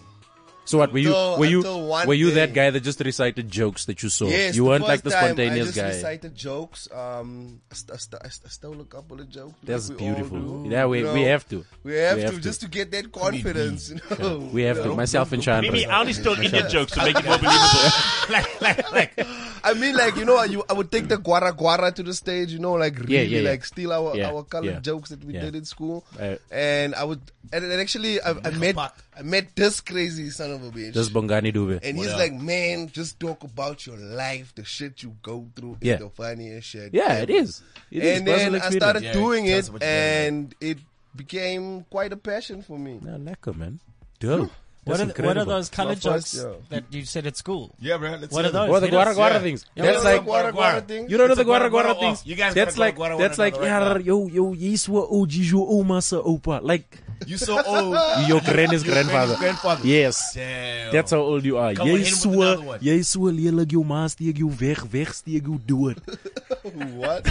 Speaker 2: So what were you?
Speaker 6: Until-
Speaker 2: Were you?
Speaker 6: until one
Speaker 2: Were you that
Speaker 6: day.
Speaker 2: guy that just recited jokes that you saw?
Speaker 6: Yes,
Speaker 2: you weren't
Speaker 6: first
Speaker 2: like the
Speaker 6: time
Speaker 2: spontaneous
Speaker 6: I just
Speaker 2: guy.
Speaker 6: Recited jokes. Um, I, st- I, st- I, st- I stole a couple of jokes.
Speaker 2: That's
Speaker 6: like we all
Speaker 2: beautiful.
Speaker 6: do,
Speaker 2: Yeah, we
Speaker 6: you know.
Speaker 2: we have to.
Speaker 6: We have, to, just to get that confidence. You know?
Speaker 2: We have
Speaker 6: You
Speaker 2: to.
Speaker 6: know?
Speaker 2: Myself and Chandra.
Speaker 4: Maybe I only stole Indian jokes to make it more believable. like, like, like.
Speaker 6: I mean, like you know, you I would take the guara guara to the stage, you know, like really,
Speaker 2: Yeah, yeah, yeah.
Speaker 6: like steal our
Speaker 2: Yeah,
Speaker 6: our colored
Speaker 2: yeah.
Speaker 6: jokes that we
Speaker 2: Yeah.
Speaker 6: did in school,
Speaker 2: Uh,
Speaker 6: and I would, and, and actually, I, I met I met this crazy son of a bitch,
Speaker 2: This Bongani Dube.
Speaker 6: and he's like, man, just talk about your life, the shit you go through
Speaker 2: Yeah.
Speaker 6: is the funniest shit.
Speaker 2: Yeah,
Speaker 6: ever."
Speaker 2: it is. It is personal
Speaker 6: and then I
Speaker 2: experience.
Speaker 6: started
Speaker 5: Yeah,
Speaker 6: doing
Speaker 5: tell
Speaker 6: it,
Speaker 5: us what you did.
Speaker 6: and it became quite a passion for me.
Speaker 2: No, lekker, man. Dope.
Speaker 3: What
Speaker 2: That's
Speaker 3: are, th- what are
Speaker 2: incredible.
Speaker 3: those color
Speaker 6: My first,
Speaker 3: jokes
Speaker 6: yeah.
Speaker 3: that you said at school?
Speaker 5: Yeah, bro. Let's
Speaker 3: What
Speaker 5: hear
Speaker 3: are those?
Speaker 5: them.
Speaker 2: What are the
Speaker 3: Hit us.
Speaker 2: guara guara things?
Speaker 3: Yeah,
Speaker 2: That's
Speaker 6: You know
Speaker 2: like
Speaker 6: the guara guara
Speaker 5: guara.
Speaker 6: thing.
Speaker 2: you don't know the
Speaker 5: It's a
Speaker 2: guara
Speaker 5: guara
Speaker 2: guara
Speaker 5: guara
Speaker 2: things.
Speaker 5: off. You guys
Speaker 2: that's
Speaker 5: gotta
Speaker 2: like
Speaker 5: go guara
Speaker 2: that's
Speaker 5: guara
Speaker 2: like
Speaker 5: right now.
Speaker 2: yeah, yo yo oh, yiswa oji jo omasa opa like
Speaker 5: You so old.
Speaker 2: your granny's grandfather.
Speaker 5: grandfather.
Speaker 2: Yes.
Speaker 5: Damn.
Speaker 2: That's how old you are.
Speaker 5: Come on, hit him with another
Speaker 2: Yeswa
Speaker 5: one.
Speaker 2: yeswa lele gyo maas die gyo weg weg die gyo dood.
Speaker 7: what?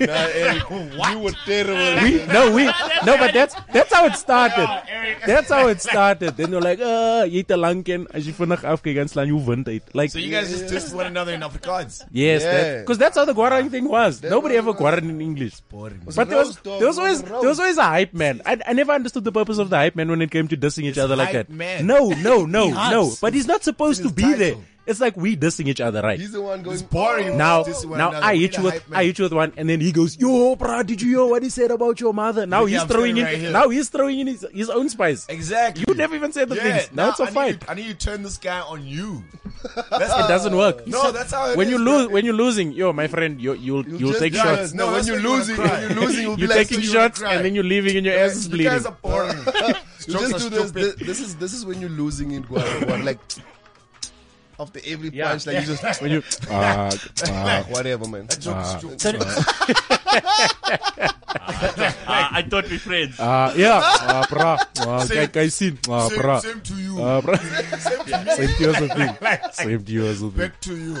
Speaker 7: Nah, Eric, You were terrible.
Speaker 2: We no, we no, but that's that's how it started. That's how it started. Then you're like, uh, jy te lank en as jy vinnig afkyk dan slaan jou wind uit. Like
Speaker 5: So you guys just twist one another in Afrikaans.
Speaker 2: yes,
Speaker 7: Yeah.
Speaker 2: because that's how the Guarani thing was. Nobody ever Guarani in English. But there was
Speaker 7: roast, dog.
Speaker 2: there was
Speaker 7: It
Speaker 2: always
Speaker 7: was
Speaker 2: there was always a hype man. I, I never understood the purpose of the hype man when it came to dissing each other like
Speaker 5: hype
Speaker 2: that.
Speaker 5: man.
Speaker 2: No, no, no,
Speaker 3: hypes.
Speaker 2: no. But he's not supposed to
Speaker 7: his
Speaker 2: be there.
Speaker 7: title.
Speaker 2: It's like we dissing each other, right?
Speaker 7: He's the one going.
Speaker 5: boring.
Speaker 2: now,
Speaker 7: this one
Speaker 2: now
Speaker 7: another.
Speaker 2: I
Speaker 7: We
Speaker 2: hit
Speaker 7: the
Speaker 2: you with
Speaker 7: hype man.
Speaker 2: I hit you with one, and then he goes, "Yo, bro, did you hear what he said about your mother?" Now
Speaker 5: Look,
Speaker 2: he's
Speaker 5: I'm
Speaker 2: throwing in
Speaker 5: standing right here.
Speaker 2: now he's throwing in his, his own spice.
Speaker 5: Exactly.
Speaker 2: You never even said the things. Now, it's a
Speaker 5: I
Speaker 2: fight.
Speaker 5: Need you, I need you to turn this guy on you.
Speaker 2: it doesn't work.
Speaker 5: No, that's how it
Speaker 2: when
Speaker 5: is,
Speaker 2: you
Speaker 5: bro.
Speaker 2: lose, when you're losing, yo, my friend, you you'll you'll,
Speaker 7: oh, just
Speaker 2: take
Speaker 7: die.
Speaker 2: shots.
Speaker 7: No, when
Speaker 5: that's
Speaker 7: you're
Speaker 5: why you wanna
Speaker 7: losing,
Speaker 5: cry.
Speaker 7: when you're losing, you'll be
Speaker 2: You're
Speaker 7: like,
Speaker 2: taking
Speaker 7: so you wanna
Speaker 2: shots
Speaker 7: cry.
Speaker 2: and then you're leaving and your ass is
Speaker 5: You
Speaker 2: bleeding.
Speaker 5: guys are boring.
Speaker 7: You
Speaker 5: Jokes
Speaker 7: just
Speaker 5: are
Speaker 7: do this,
Speaker 5: stupid.
Speaker 7: this. This is this is when you're losing in Guadalajara. like after every
Speaker 2: Yeah.
Speaker 7: punch, like you just
Speaker 2: When you
Speaker 1: Uh,
Speaker 7: ah, whatever, man.
Speaker 4: Ah, I thought we friends.
Speaker 2: uh, yeah, uh, bra, uh, guy, guy seen, uh,
Speaker 5: Same-
Speaker 2: bra,
Speaker 5: Same to you.
Speaker 2: uh, bra.
Speaker 5: Same to me.
Speaker 2: Same to you as a thing. Same to you as a thing.
Speaker 5: Back to you.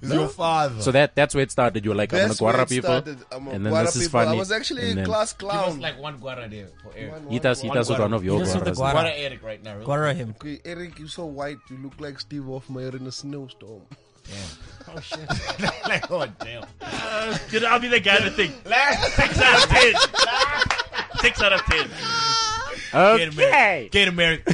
Speaker 5: It's your father.
Speaker 2: So that that's where it started. You're like, I'm
Speaker 7: That's
Speaker 2: gonna
Speaker 7: where
Speaker 2: guara
Speaker 7: it
Speaker 2: people,
Speaker 7: started. I'm a
Speaker 2: and then
Speaker 7: Guara
Speaker 2: this is
Speaker 7: people.
Speaker 2: funny.
Speaker 7: I was actually
Speaker 2: and
Speaker 7: a
Speaker 2: then
Speaker 7: class clown.
Speaker 5: like one guara there for Eric.
Speaker 2: Itas, Itas was one of your
Speaker 3: Itas was the
Speaker 2: guaras.
Speaker 3: Guara
Speaker 5: Eric right now. Really.
Speaker 3: Guara him.
Speaker 7: Okay, Eric, you're so white. You look like Steve Hoffmeyer in a snowstorm.
Speaker 5: Like, oh, damn.
Speaker 4: Dude, I'll be the guy to think. Six out of ten. Six out of ten.
Speaker 2: Okay.
Speaker 5: Get him, Eric.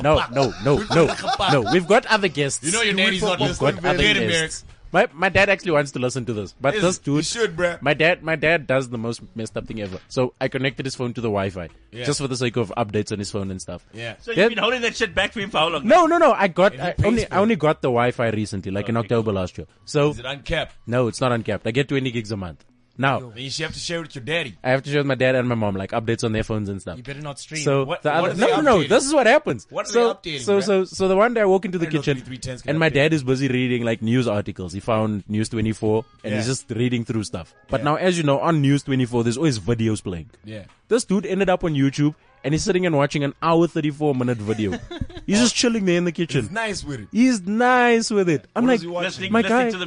Speaker 2: No, no, no, no, no. We've got other guests.
Speaker 5: You know your daddy's not
Speaker 2: We've got
Speaker 5: listening.
Speaker 2: other
Speaker 5: Get him, Eric.
Speaker 2: guests. My my dad actually wants to listen to this, but this
Speaker 5: You
Speaker 2: dude,
Speaker 5: should, bruh.
Speaker 2: my dad, my dad does the most messed up thing ever. So I connected his phone to the Wi-Fi just for the sake of updates on his phone and stuff.
Speaker 5: Yeah.
Speaker 4: So
Speaker 2: Yeah.
Speaker 4: you've been holding that shit back for him for how long?
Speaker 2: No, no, no. I got I
Speaker 5: pays
Speaker 2: only
Speaker 5: for
Speaker 2: I only got the Wi-Fi recently, like in October last year. So
Speaker 5: Is it uncapped?
Speaker 2: no, it's not uncapped. I get 20 gigs a month. Now
Speaker 5: Then you should have to share it with your daddy.
Speaker 2: I have to share with my dad and my mom like updates on their phones and stuff.
Speaker 3: You better not stream.
Speaker 2: So
Speaker 5: What-
Speaker 2: the other,
Speaker 5: what are
Speaker 2: no,
Speaker 5: they
Speaker 2: no, no.
Speaker 5: updating?
Speaker 2: This is what happens.
Speaker 5: What are
Speaker 2: so,
Speaker 5: they updating,
Speaker 2: So,
Speaker 5: bruh?
Speaker 2: so, so the one day I walk into the
Speaker 5: I don't know
Speaker 2: kitchen,
Speaker 5: if 310's gonna
Speaker 2: and my
Speaker 5: update.
Speaker 2: dad is busy reading like news articles. He found News 24, and he's
Speaker 5: Yeah.
Speaker 2: just reading through stuff. But now, as you know, on News 24, there's always videos playing.
Speaker 5: Yeah.
Speaker 2: This dude ended up on YouTube, and he's sitting and watching an hour 34 minute video. he's just chilling there in the
Speaker 5: It's
Speaker 2: kitchen.
Speaker 5: nice with it.
Speaker 2: He's nice with it. I'm
Speaker 5: What is
Speaker 2: like,
Speaker 5: he watching?
Speaker 4: Listening,
Speaker 2: my
Speaker 4: listening
Speaker 2: guy.
Speaker 4: to the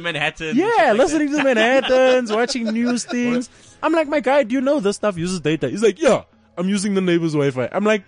Speaker 4: Manhattan.
Speaker 2: yeah, listening to Manhattans, watching news things. I'm like, my guy, do you know this stuff uses data? He's like, yeah, I'm using the neighbor's Wi-Fi. I'm like,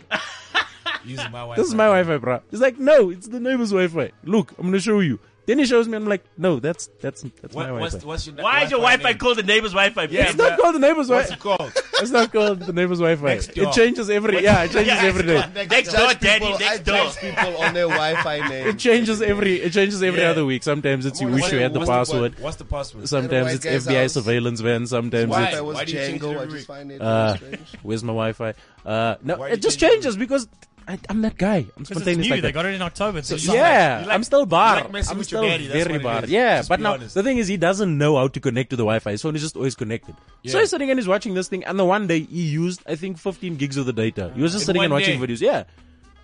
Speaker 5: Using my wife.
Speaker 2: this is my Wi-Fi, bro. He's like, no, it's the neighbor's Wi-Fi. Look, I'm gonna show you. Then he shows me. I'm like, no, that's that's that's
Speaker 5: What,
Speaker 2: my
Speaker 5: what's,
Speaker 2: Wi-Fi.
Speaker 5: what's your
Speaker 4: Why is your Wi-Fi
Speaker 5: name?
Speaker 4: called the neighbor's Wi-Fi?
Speaker 5: Yeah,
Speaker 2: it's not
Speaker 5: bruh.
Speaker 2: called the neighbor's
Speaker 5: What's
Speaker 2: Wi-Fi.
Speaker 5: it called?
Speaker 2: It's not called the neighbor's Wi-Fi.
Speaker 5: Next door.
Speaker 2: It changes every yeah, it changes
Speaker 4: Yeah,
Speaker 2: every day.
Speaker 4: Next door,
Speaker 7: Judge
Speaker 4: daddy,
Speaker 7: people-
Speaker 4: next
Speaker 7: I
Speaker 4: door.
Speaker 7: judge people on their Wi-Fi name.
Speaker 2: It changes every it changes every
Speaker 5: Yeah.
Speaker 2: other week. Sometimes it's you
Speaker 7: What's
Speaker 2: wish you
Speaker 7: the-
Speaker 2: had the
Speaker 5: What's
Speaker 2: password.
Speaker 5: The, what's the password?
Speaker 2: Sometimes
Speaker 7: White
Speaker 2: it's
Speaker 7: guy's
Speaker 2: FBI
Speaker 7: house.
Speaker 2: surveillance van. Sometimes
Speaker 5: Why?
Speaker 2: it's
Speaker 7: If I was
Speaker 5: Why do you change it
Speaker 7: Django, I
Speaker 5: every
Speaker 7: just
Speaker 5: week?
Speaker 7: find it
Speaker 2: uh,
Speaker 7: strange.
Speaker 2: where's my Wi-Fi? Uh, no,
Speaker 5: Why do
Speaker 2: it
Speaker 5: you
Speaker 2: just
Speaker 5: change it?
Speaker 2: changes because I, I'm that guy. I'm
Speaker 3: Because it's
Speaker 2: spontaneous
Speaker 3: new.
Speaker 2: like that.
Speaker 3: They got it in October. So you
Speaker 2: Yeah,
Speaker 5: You like-
Speaker 2: I'm still bar.
Speaker 5: you like messing
Speaker 2: I'm
Speaker 5: with your
Speaker 2: still
Speaker 5: daddy, that's
Speaker 2: very
Speaker 5: what it
Speaker 2: bar.
Speaker 5: is.
Speaker 2: Yeah,
Speaker 5: Just
Speaker 2: but
Speaker 5: be
Speaker 2: now
Speaker 5: honest.
Speaker 2: the thing is, he doesn't know how to connect to the Wi-Fi. His phone is just always connected. So
Speaker 5: Yeah.
Speaker 2: he's sitting and he's watching this thing, and the one day he used, I think, 15 gigs of the data. He was just
Speaker 5: In
Speaker 2: sitting and
Speaker 5: one
Speaker 2: watching
Speaker 5: day?
Speaker 2: videos. Yeah.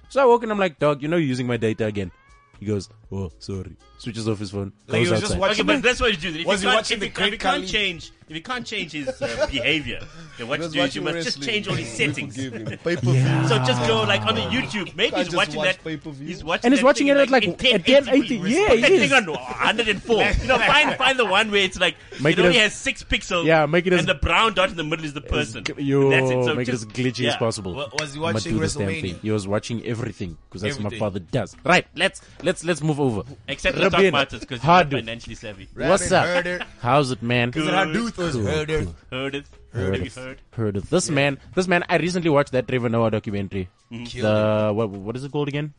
Speaker 2: So I walk in, I'm like, dog, you know, you're using my data again. He goes, oh, sorry. Switches off his phone.
Speaker 5: Like
Speaker 2: goes
Speaker 5: he was just
Speaker 2: outside.
Speaker 5: watching-
Speaker 4: Okay, but that's what you do. If
Speaker 5: Was he
Speaker 4: you can't,
Speaker 5: watching
Speaker 4: if
Speaker 5: the
Speaker 4: you, can't- if you
Speaker 5: Great
Speaker 4: can't
Speaker 5: Khali?
Speaker 4: change, if you can't change his uh, behavior, then what
Speaker 7: He
Speaker 4: you
Speaker 7: was
Speaker 4: do is you
Speaker 7: watching
Speaker 4: must just
Speaker 7: wrestling.
Speaker 4: change all his
Speaker 7: We
Speaker 4: settings.
Speaker 7: forgive
Speaker 4: So
Speaker 7: him. Pay-per-view.
Speaker 4: just go like on the YouTube. Maybe
Speaker 7: can't
Speaker 4: he's
Speaker 7: just
Speaker 4: watching
Speaker 7: watch
Speaker 4: that.
Speaker 7: pay-per-view.
Speaker 4: He's watching
Speaker 2: And he's
Speaker 4: that
Speaker 2: watching
Speaker 4: thing
Speaker 2: it at, like,
Speaker 4: like, in
Speaker 2: at 1080.
Speaker 4: 1080.
Speaker 2: Yeah,
Speaker 4: Put that
Speaker 2: he
Speaker 4: thing
Speaker 2: is.
Speaker 4: on 104. You know, find find the one where it's like
Speaker 2: Make
Speaker 4: it
Speaker 2: it
Speaker 4: only
Speaker 2: as-
Speaker 4: has six pixels.
Speaker 2: Yeah, make it as-
Speaker 4: and the brown dot in the middle is the person.
Speaker 2: Yo,
Speaker 4: That's it. So
Speaker 2: make
Speaker 4: just-
Speaker 2: it as glitchy as
Speaker 4: yeah.
Speaker 2: possible.
Speaker 5: Wa- was he
Speaker 2: I'ma
Speaker 5: watching
Speaker 2: do this damn
Speaker 5: WrestleMania?
Speaker 2: thing. He was watching everything because that's what my
Speaker 5: Everything.
Speaker 2: father does. Right, let's let's let's move over.
Speaker 4: Except the stock
Speaker 2: Rabin,
Speaker 4: markets because you're not
Speaker 2: Hadu,
Speaker 4: financially savvy.
Speaker 2: What's up?
Speaker 5: Herder.
Speaker 2: How's it, man?
Speaker 5: Is it Haduth or is it Herder?
Speaker 4: Heard it?
Speaker 2: Heard
Speaker 4: Have you
Speaker 2: it.
Speaker 4: heard?
Speaker 2: Heard of this man? This man. I recently watched that Trevor Noah documentary. The what? What is it called again?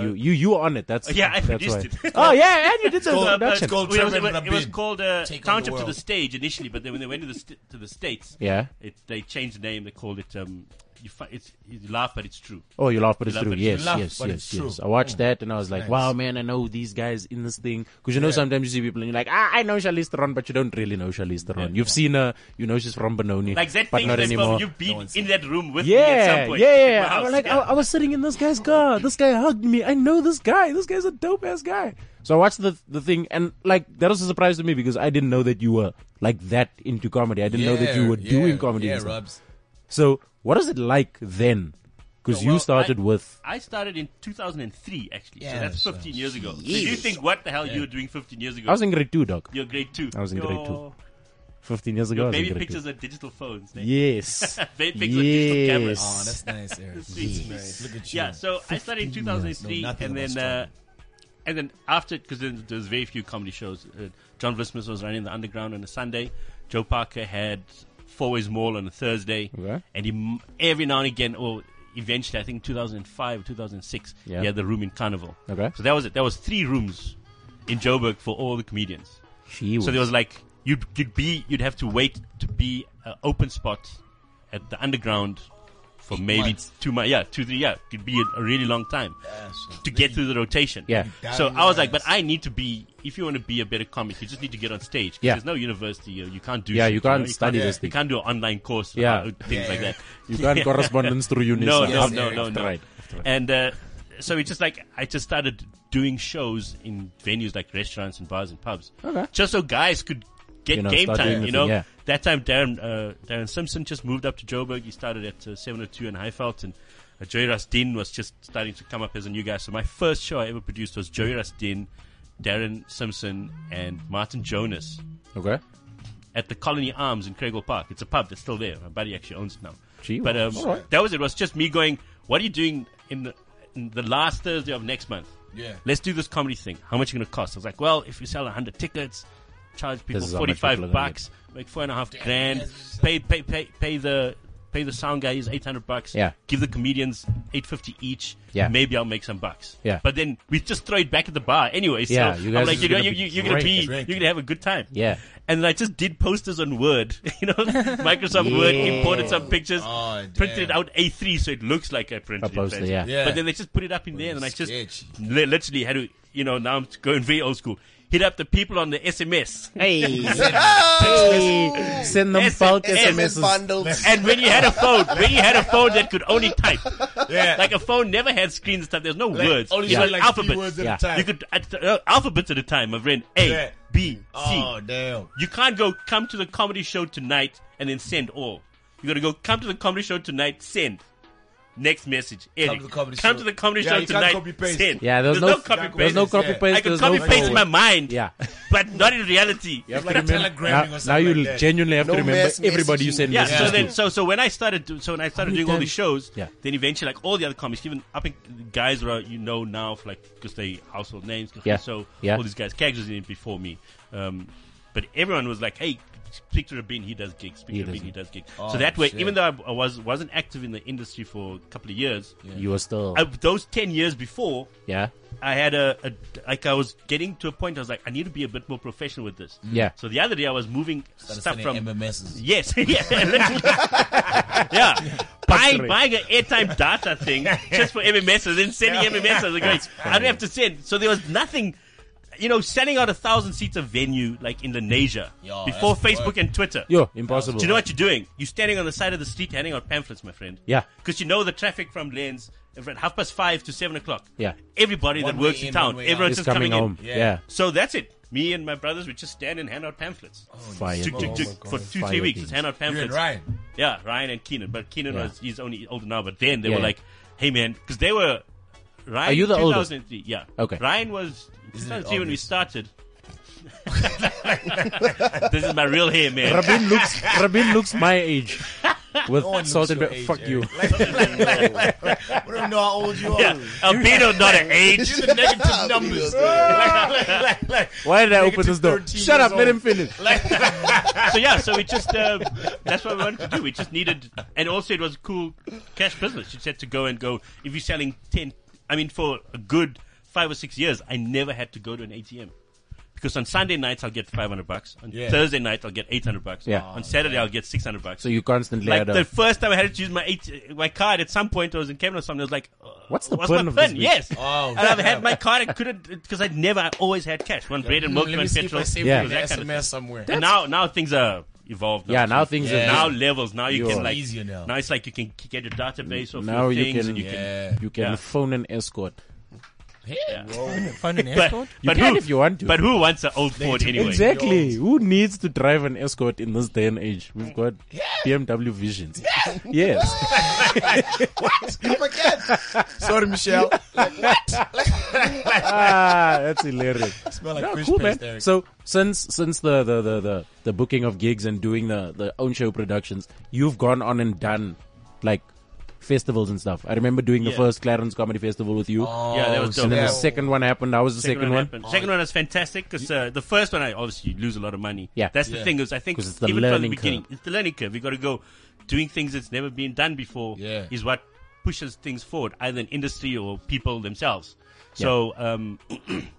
Speaker 2: you you you were on it? That's
Speaker 4: Uh, Yeah, I
Speaker 2: that's
Speaker 4: produced
Speaker 2: why.
Speaker 4: it.
Speaker 2: Oh yeah, and you did the
Speaker 5: Gold-
Speaker 2: production.
Speaker 5: gold.
Speaker 4: Well, uh, it was,
Speaker 5: Trevor
Speaker 4: it was- it was
Speaker 5: Rabin.
Speaker 4: called uh,
Speaker 5: Take on
Speaker 4: Counter
Speaker 5: the
Speaker 4: to the
Speaker 5: World.
Speaker 4: Stage initially, but then when they went to the st- to the states,
Speaker 2: Yeah.
Speaker 4: it, they changed the name. They called it. Um, you, fi- it's, you laugh, but it's true.
Speaker 2: Oh, you laugh, but it's
Speaker 4: laugh,
Speaker 2: true.
Speaker 4: but it's Mm.
Speaker 2: Yes,
Speaker 5: true. Laugh,
Speaker 2: yes,
Speaker 5: but
Speaker 2: yes,
Speaker 5: it's true.
Speaker 2: yes. I watched that and I was like, wow, man, I know these guys in this thing. Because you know, sometimes you see people and you're like, ah, I know Charlize Theron, but you don't really know Charlize Theron. You've seen her, you know she's from Benoni,
Speaker 4: Like that
Speaker 2: but
Speaker 4: thing
Speaker 2: not
Speaker 4: that's
Speaker 2: anymore.
Speaker 4: from you've been in that room with me at some
Speaker 2: Yeah,
Speaker 4: point.
Speaker 2: yeah,
Speaker 4: At my
Speaker 2: yeah. I
Speaker 4: house,
Speaker 2: was like, oh,
Speaker 4: yeah.
Speaker 2: I, I was sitting in this guy's car. This guy hugged me. I know this guy. This guy's a dope ass guy. So I watched the the thing, and like that was a surprise to me because I didn't know that you were like that into comedy. I didn't know that you were
Speaker 5: Yeah,
Speaker 2: doing comedy.
Speaker 5: Yeah,
Speaker 2: and stuff.
Speaker 5: Rubs.
Speaker 2: So what is it like then? Because
Speaker 4: Well,
Speaker 2: you started
Speaker 4: I-
Speaker 2: with
Speaker 4: I started in 2003, actually. so
Speaker 5: Yeah,
Speaker 4: that's
Speaker 5: so-
Speaker 4: 15 years ago. So you think what the hell you were doing 15 years ago?
Speaker 2: I was in grade two, dog.
Speaker 4: You're grade two.
Speaker 2: I was in grade
Speaker 4: Yo.
Speaker 2: 15 years ago. I
Speaker 4: Your
Speaker 2: was
Speaker 4: baby
Speaker 2: like,
Speaker 4: pictures on digital phones. Nate.
Speaker 2: Yes.
Speaker 4: Baby pictures on digital cameras.
Speaker 2: Yes.
Speaker 5: Oh, that's nice, Eric.
Speaker 4: Yes.
Speaker 5: nice. Look at you.
Speaker 4: Yeah, so I started in 2003,
Speaker 5: No, nothing
Speaker 4: and
Speaker 5: about
Speaker 4: then uh, and then after because then there was very few comedy shows. Uh, John Vismus was running the Underground on a Sunday. Joe Parker had Four Ways Mall on a Thursday,
Speaker 2: Okay.
Speaker 4: and he m- every now and again, or eventually, I think 2005 or 2006,
Speaker 2: Yeah.
Speaker 4: he had the room in Carnival.
Speaker 2: Okay.
Speaker 4: so that was it. There was three rooms in Joburg for all the comedians.
Speaker 2: She
Speaker 4: So there was like you'd you'd be you'd have to wait to be an open spot at the underground for maybe two months. Yeah, two three. Yeah, could be a, a really long time to get through the rotation.
Speaker 2: Yeah.
Speaker 4: So I was like, but I need to be. If you want to be a better comic, you just need to get on stage. 'Cause
Speaker 2: Yeah.
Speaker 4: There's no university. You, you can't do.
Speaker 2: Yeah,
Speaker 4: shit,
Speaker 2: you can't
Speaker 4: know?
Speaker 2: study this thing.
Speaker 4: You can't do an online course. or
Speaker 2: Yeah.
Speaker 4: how- things like that.
Speaker 2: you can't correspondence through UNICEF.
Speaker 4: No,
Speaker 2: Yes.
Speaker 4: no, no, no, no.
Speaker 2: Right.
Speaker 4: And uh, so it's just like I just started doing shows in venues like restaurants and bars and pubs,
Speaker 2: Okay.
Speaker 4: just so guys could get
Speaker 2: You know,
Speaker 4: game
Speaker 2: start doing
Speaker 4: time.
Speaker 2: the
Speaker 4: You know,
Speaker 2: thing, yeah.
Speaker 4: that time Darren uh, Darren Simpson just moved up to Joburg. He started at uh, seven hundred two in Highveld and. Uh, Joey Rustin was just starting to come up as a new guy. So my first show I ever produced was Joey Rustin, Darren Simpson, and Martin Jonas
Speaker 2: Okay.
Speaker 4: at the Colony Arms in Craigle Park. It's a pub that's still there. My buddy actually owns it now.
Speaker 2: Gee,
Speaker 4: but
Speaker 2: wow.
Speaker 4: um,
Speaker 2: All right.
Speaker 4: that was it. Was just me going. What are you doing in the in the last Thursday of next month?
Speaker 5: Yeah.
Speaker 4: Let's do this comedy thing. How much are you gonna cost? I was like, well, if you sell hundred tickets, charge people
Speaker 2: This is how much
Speaker 4: forty
Speaker 2: people are
Speaker 4: five
Speaker 2: gonna
Speaker 4: bucks, make four and a half grand, pay pay pay pay the pay the sound guy his eight hundred bucks.
Speaker 2: Yeah.
Speaker 4: Give the comedians eight fifty each.
Speaker 2: Yeah.
Speaker 4: Maybe I'll make some bucks.
Speaker 2: Yeah.
Speaker 4: But then we just throw it back at the bar anyway. So
Speaker 2: Yeah, you guys
Speaker 4: I'm
Speaker 2: are
Speaker 4: like, you know,
Speaker 2: gonna be
Speaker 4: you, you, you're gonna
Speaker 2: drinking.
Speaker 4: be you're gonna have a good time.
Speaker 2: Yeah.
Speaker 4: And then I just did posters on Word, you know, Microsoft Word, imported some pictures,
Speaker 5: Oh,
Speaker 4: printed it
Speaker 5: damn.
Speaker 4: out A3 so it looks like I printed
Speaker 2: A poster,
Speaker 4: it.
Speaker 2: yeah.
Speaker 5: Yeah.
Speaker 4: But then they just put it up in there, and I just
Speaker 5: sketchy.
Speaker 4: li- literally had to, you know, now I'm going very old school. Hit up the people on the SMS.
Speaker 2: Hey. Hey. Send them
Speaker 4: S-
Speaker 2: bulk
Speaker 4: S-
Speaker 2: SMSs.
Speaker 6: Bundles.
Speaker 4: And when you had a phone, when you had a phone that could only type,
Speaker 5: Yeah.
Speaker 4: like a phone never had screens and stuff. There's no words.
Speaker 5: Only
Speaker 4: It
Speaker 5: said
Speaker 4: was
Speaker 5: like
Speaker 4: alphabets.
Speaker 5: three words at
Speaker 2: Yeah.
Speaker 5: a time.
Speaker 4: You could at the, uh, alphabets at a time. I've read A, B, C.
Speaker 5: Yeah. oh, damn.
Speaker 4: You can't go come to the comedy show tonight and then send all. You gotta go come to the comedy show tonight, send. Next message, edit.
Speaker 5: to the comedy
Speaker 4: Come
Speaker 5: show.
Speaker 4: to the comedy
Speaker 5: Yeah,
Speaker 4: show
Speaker 5: you can't
Speaker 4: tonight,
Speaker 5: copy paste.
Speaker 4: send.
Speaker 2: Yeah, there's,
Speaker 4: no,
Speaker 2: no,
Speaker 4: copy
Speaker 2: there's
Speaker 4: paste.
Speaker 2: no
Speaker 5: pages,
Speaker 2: copy
Speaker 5: yeah.
Speaker 2: paste.
Speaker 4: I could
Speaker 2: there's
Speaker 4: copy
Speaker 2: no
Speaker 4: paste in my
Speaker 2: forward.
Speaker 4: mind,
Speaker 2: Yeah.
Speaker 4: but not in reality.
Speaker 2: You have
Speaker 5: Like
Speaker 2: to
Speaker 5: telegramming
Speaker 2: remember.
Speaker 5: or
Speaker 2: Now,
Speaker 5: something
Speaker 2: now you
Speaker 5: like that.
Speaker 2: genuinely have
Speaker 6: No
Speaker 2: to remember
Speaker 6: mass
Speaker 2: everybody you
Speaker 6: messaging.
Speaker 2: send
Speaker 4: Yeah,
Speaker 2: messages
Speaker 4: so
Speaker 2: to.
Speaker 4: then so so when I started do, so when I started
Speaker 2: Only
Speaker 4: doing all these
Speaker 2: then-
Speaker 4: shows,
Speaker 2: Yeah.
Speaker 4: then eventually like all the other comics, even up in guys who are, you know now for like because they household names. 'cause
Speaker 2: Yeah.
Speaker 4: So
Speaker 2: Yeah.
Speaker 4: all these guys, Cags was in it before me, um, but everyone was like, hey. Speak to Rabin, he does gigs. Speak
Speaker 2: He
Speaker 4: to Rabin,
Speaker 2: does
Speaker 4: he
Speaker 2: it.
Speaker 4: does gigs.
Speaker 5: Oh,
Speaker 4: so that way,
Speaker 5: shit.
Speaker 4: even though I, I was wasn't active in the industry for a couple of years,
Speaker 2: You were still.
Speaker 4: I, those ten years before,
Speaker 2: Yeah.
Speaker 4: I had a, a like I was getting to a point. I was like, I need to be a bit more professional with this.
Speaker 2: Yeah.
Speaker 4: So the other day, I was moving stuff
Speaker 5: Started
Speaker 4: from
Speaker 5: sending MMSs.
Speaker 4: Yes, yeah, literally. yeah. Buying, buying an airtime data thing just for MMSs and sending MMSs. Like, like, I don't have to send. So there was nothing, you know, selling out a thousand seats a venue like Indonesia
Speaker 5: Yo,
Speaker 4: before
Speaker 5: that's
Speaker 4: Facebook
Speaker 5: work.
Speaker 4: and Twitter.
Speaker 2: Yo, impossible.
Speaker 4: Do you know what you're doing? You're standing on the side of the street handing out pamphlets, my friend.
Speaker 2: Yeah.
Speaker 4: Because you know the traffic from lanes at half past five to seven o'clock.
Speaker 2: Yeah.
Speaker 4: Everybody
Speaker 5: One
Speaker 4: that
Speaker 5: way
Speaker 4: works in,
Speaker 5: in, one
Speaker 4: town,
Speaker 5: way out.
Speaker 4: everyone's
Speaker 2: It's
Speaker 4: just
Speaker 2: coming
Speaker 4: coming,
Speaker 2: home.
Speaker 4: in.
Speaker 5: Yeah.
Speaker 2: Yeah.
Speaker 4: So that's it. Me and my brothers would just stand and hand out pamphlets
Speaker 2: Oh, Fire.
Speaker 4: Tick, tick, tick, for two,
Speaker 2: Fire
Speaker 4: three weeks.
Speaker 2: things.
Speaker 4: Just hand out
Speaker 5: You
Speaker 4: pamphlets.
Speaker 5: and Ryan.
Speaker 4: Yeah, Ryan and Keenan. But Keenan
Speaker 2: Yeah.
Speaker 4: was he's only older now. But then they
Speaker 2: Yeah,
Speaker 4: were
Speaker 2: yeah.
Speaker 4: like, "Hey, man," because they were Ryan.
Speaker 2: Are you the older?
Speaker 4: 2003, Yeah.
Speaker 2: Okay.
Speaker 4: Ryan was
Speaker 5: Isn't it
Speaker 4: 2003 when we
Speaker 5: obvious?
Speaker 4: started. this is my real hair, man.
Speaker 2: Rabin looks Rabin looks my age. With
Speaker 5: looks
Speaker 2: salted
Speaker 5: your
Speaker 2: pepper.
Speaker 5: age,
Speaker 2: Fuck
Speaker 4: eh?
Speaker 5: Eric.
Speaker 2: you.
Speaker 5: We don't know how old you are.
Speaker 4: Yeah, albino not an age.
Speaker 5: These are negative numbers. like, like, like,
Speaker 2: Why did I open
Speaker 5: Negative
Speaker 2: this door?
Speaker 5: 13
Speaker 2: Shut
Speaker 5: years
Speaker 2: up. Let
Speaker 5: old.
Speaker 2: him finish.
Speaker 4: So yeah, so we just uh, that's what we wanted to do. We just needed, and also it was a cool cash business. You just had to go and go. If you're selling ten, I mean, for a good five or six years, I never had to go to an ATM. Because on Sunday nights I'll get five hundred bucks. On
Speaker 5: Yeah.
Speaker 4: Thursday night I'll get eight hundred bucks.
Speaker 2: Yeah.
Speaker 4: On Saturday I'll get six hundred bucks.
Speaker 2: So you constantly
Speaker 4: like
Speaker 2: had
Speaker 4: the
Speaker 2: a
Speaker 4: first time I had to use my eight, my card at some point I was in Cameron or something. I was like, uh,
Speaker 2: What's the
Speaker 4: what's
Speaker 2: pun
Speaker 4: my
Speaker 2: of this
Speaker 4: pun?
Speaker 2: bitch?
Speaker 4: Yes.
Speaker 5: Oh,
Speaker 4: and I've had my card. I couldn't because I'd never. I always had cash. One bread and milk,
Speaker 5: Let
Speaker 4: one
Speaker 5: me see if
Speaker 4: petrol.
Speaker 5: I saved
Speaker 2: Yeah.
Speaker 5: an
Speaker 4: That kind of
Speaker 5: SMS somewhere.
Speaker 4: And now, now things are evolved.
Speaker 2: Yeah, now
Speaker 4: So
Speaker 2: things
Speaker 5: Yeah.
Speaker 2: are
Speaker 4: now levels. Now you
Speaker 2: Yo.
Speaker 4: can like
Speaker 5: Easier now.
Speaker 4: it's like you can get your database off
Speaker 2: now
Speaker 4: your
Speaker 2: you
Speaker 4: things
Speaker 2: can
Speaker 4: and you
Speaker 5: Yeah.
Speaker 2: you can
Speaker 4: Yeah.
Speaker 2: phone an escort.
Speaker 3: Phone an
Speaker 4: But,
Speaker 3: escort?
Speaker 4: but
Speaker 2: can
Speaker 4: who,
Speaker 2: if you want to.
Speaker 4: But who wants an old Ford anyway?
Speaker 2: Exactly. Who needs to drive an escort in this day and age? We've got BMW Visions. Yes.
Speaker 5: Sorry, Michelle.
Speaker 2: ah, that's hilarious.
Speaker 5: Smell like
Speaker 2: No,
Speaker 5: fish
Speaker 2: cool,
Speaker 5: paste,
Speaker 2: man.
Speaker 5: Eric.
Speaker 2: So since since the, the, the, the, the booking of gigs and doing the, the own show productions, you've gone on and done like festivals and stuff. I remember doing the
Speaker 4: Yeah.
Speaker 2: first Clarence Comedy Festival with you.
Speaker 4: Yeah, that was dope.
Speaker 2: and then
Speaker 4: Yeah.
Speaker 2: the second one happened. I was the second, one.
Speaker 4: happened. Second one was fantastic because uh, the first one, I obviously you lose a lot of money.
Speaker 2: Yeah.
Speaker 4: that's the
Speaker 2: Yeah.
Speaker 4: thing is I think
Speaker 2: 'Cause it's the
Speaker 4: even from the
Speaker 2: learning
Speaker 4: beginning,
Speaker 2: curve.
Speaker 4: it's the learning curve. You got to go doing things that's never been done before.
Speaker 5: Yeah.
Speaker 4: is what pushes things forward, either in industry or people themselves. So um,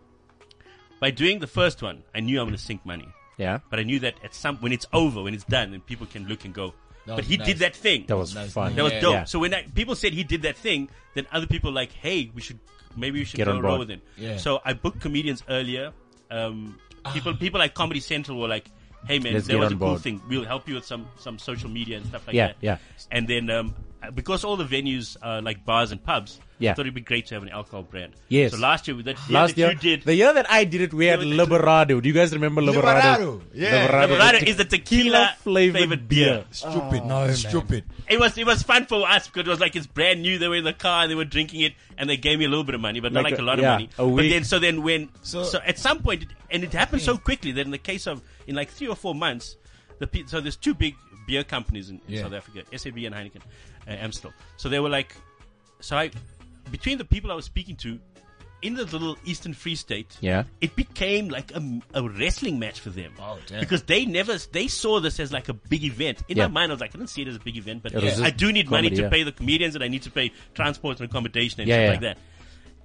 Speaker 4: by doing the first one, I knew I'm going to sink money,
Speaker 2: Yeah.
Speaker 4: but I knew that at some when it's over, when it's done, and people can look and go. But
Speaker 5: was
Speaker 4: he
Speaker 5: Oh, nice.
Speaker 4: did that thing.
Speaker 2: That was
Speaker 5: Nice.
Speaker 2: fun.
Speaker 4: That was
Speaker 5: Yeah.
Speaker 4: dope.
Speaker 2: Yeah.
Speaker 4: So when I, people said he did that thing, then other people like, hey, we should maybe we should
Speaker 2: Get
Speaker 4: go
Speaker 2: on board.
Speaker 4: roll with it.
Speaker 5: Yeah.
Speaker 4: So I booked comedians earlier. Um, people people like Comedy Central were like, hey man,
Speaker 2: Let's
Speaker 4: there
Speaker 2: get
Speaker 4: was
Speaker 2: on
Speaker 4: a cool
Speaker 2: board.
Speaker 4: thing. We'll help you with some some social media and stuff like
Speaker 2: Yeah,
Speaker 4: that.
Speaker 2: yeah.
Speaker 4: And then um, because all the venues are like bars and pubs,
Speaker 2: Yeah.
Speaker 4: I thought it'd be great to have an alcohol brand.
Speaker 2: Yes.
Speaker 4: So last year with that year
Speaker 2: Last
Speaker 4: that
Speaker 2: year,
Speaker 4: you did.
Speaker 2: the year that I did it, we had
Speaker 4: Yeah, with the-
Speaker 2: Liberado. Do you guys remember Liberado?
Speaker 5: Liberado. Yeah.
Speaker 2: Liberado,
Speaker 4: Colorado is the tequila
Speaker 2: flavored, beer.
Speaker 5: Stupid.
Speaker 3: No, man.
Speaker 5: Stupid.
Speaker 4: It was it was fun for us because it was like it's brand new. They were in the car and they were drinking it, and they gave me a little bit of money, but not
Speaker 2: Like
Speaker 4: like
Speaker 2: a-
Speaker 4: a lot
Speaker 2: yeah,
Speaker 4: of money.
Speaker 2: a
Speaker 4: But
Speaker 2: week.
Speaker 4: then so then when so,
Speaker 5: So-
Speaker 4: at some point it- and it happened so quickly that in the case of in like three or four months, the pe- so there's two big beer companies in, in
Speaker 5: Yeah.
Speaker 4: South Africa, SAB and Heineken, uh, Amstel. So they were like, so I between the people I was speaking to. In the little Eastern Free State,
Speaker 2: Yeah.
Speaker 4: it became like a, a wrestling match for them
Speaker 5: Oh, damn.
Speaker 4: because they never they saw this as like a big event. In
Speaker 2: Yeah.
Speaker 4: my mind, I was like, I didn't see it as a big event, but
Speaker 2: It was
Speaker 4: yeah. I
Speaker 2: just
Speaker 4: do need money
Speaker 2: comedy,
Speaker 4: to
Speaker 2: yeah.
Speaker 4: pay the comedians and I need to pay transport and accommodation and
Speaker 2: Yeah,
Speaker 4: stuff
Speaker 2: yeah.
Speaker 4: like that.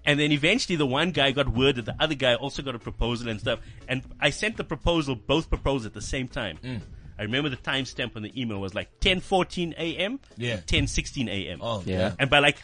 Speaker 4: And then eventually the one guy got word that the other guy also got a proposal and stuff. And I sent the proposal, both proposals at the same time.
Speaker 2: Mm.
Speaker 4: I remember the timestamp on the email was like 10.14 a.m.,
Speaker 5: Yeah.
Speaker 4: 10.16 a.m.
Speaker 5: Oh,
Speaker 2: Yeah.
Speaker 5: yeah.
Speaker 4: And by like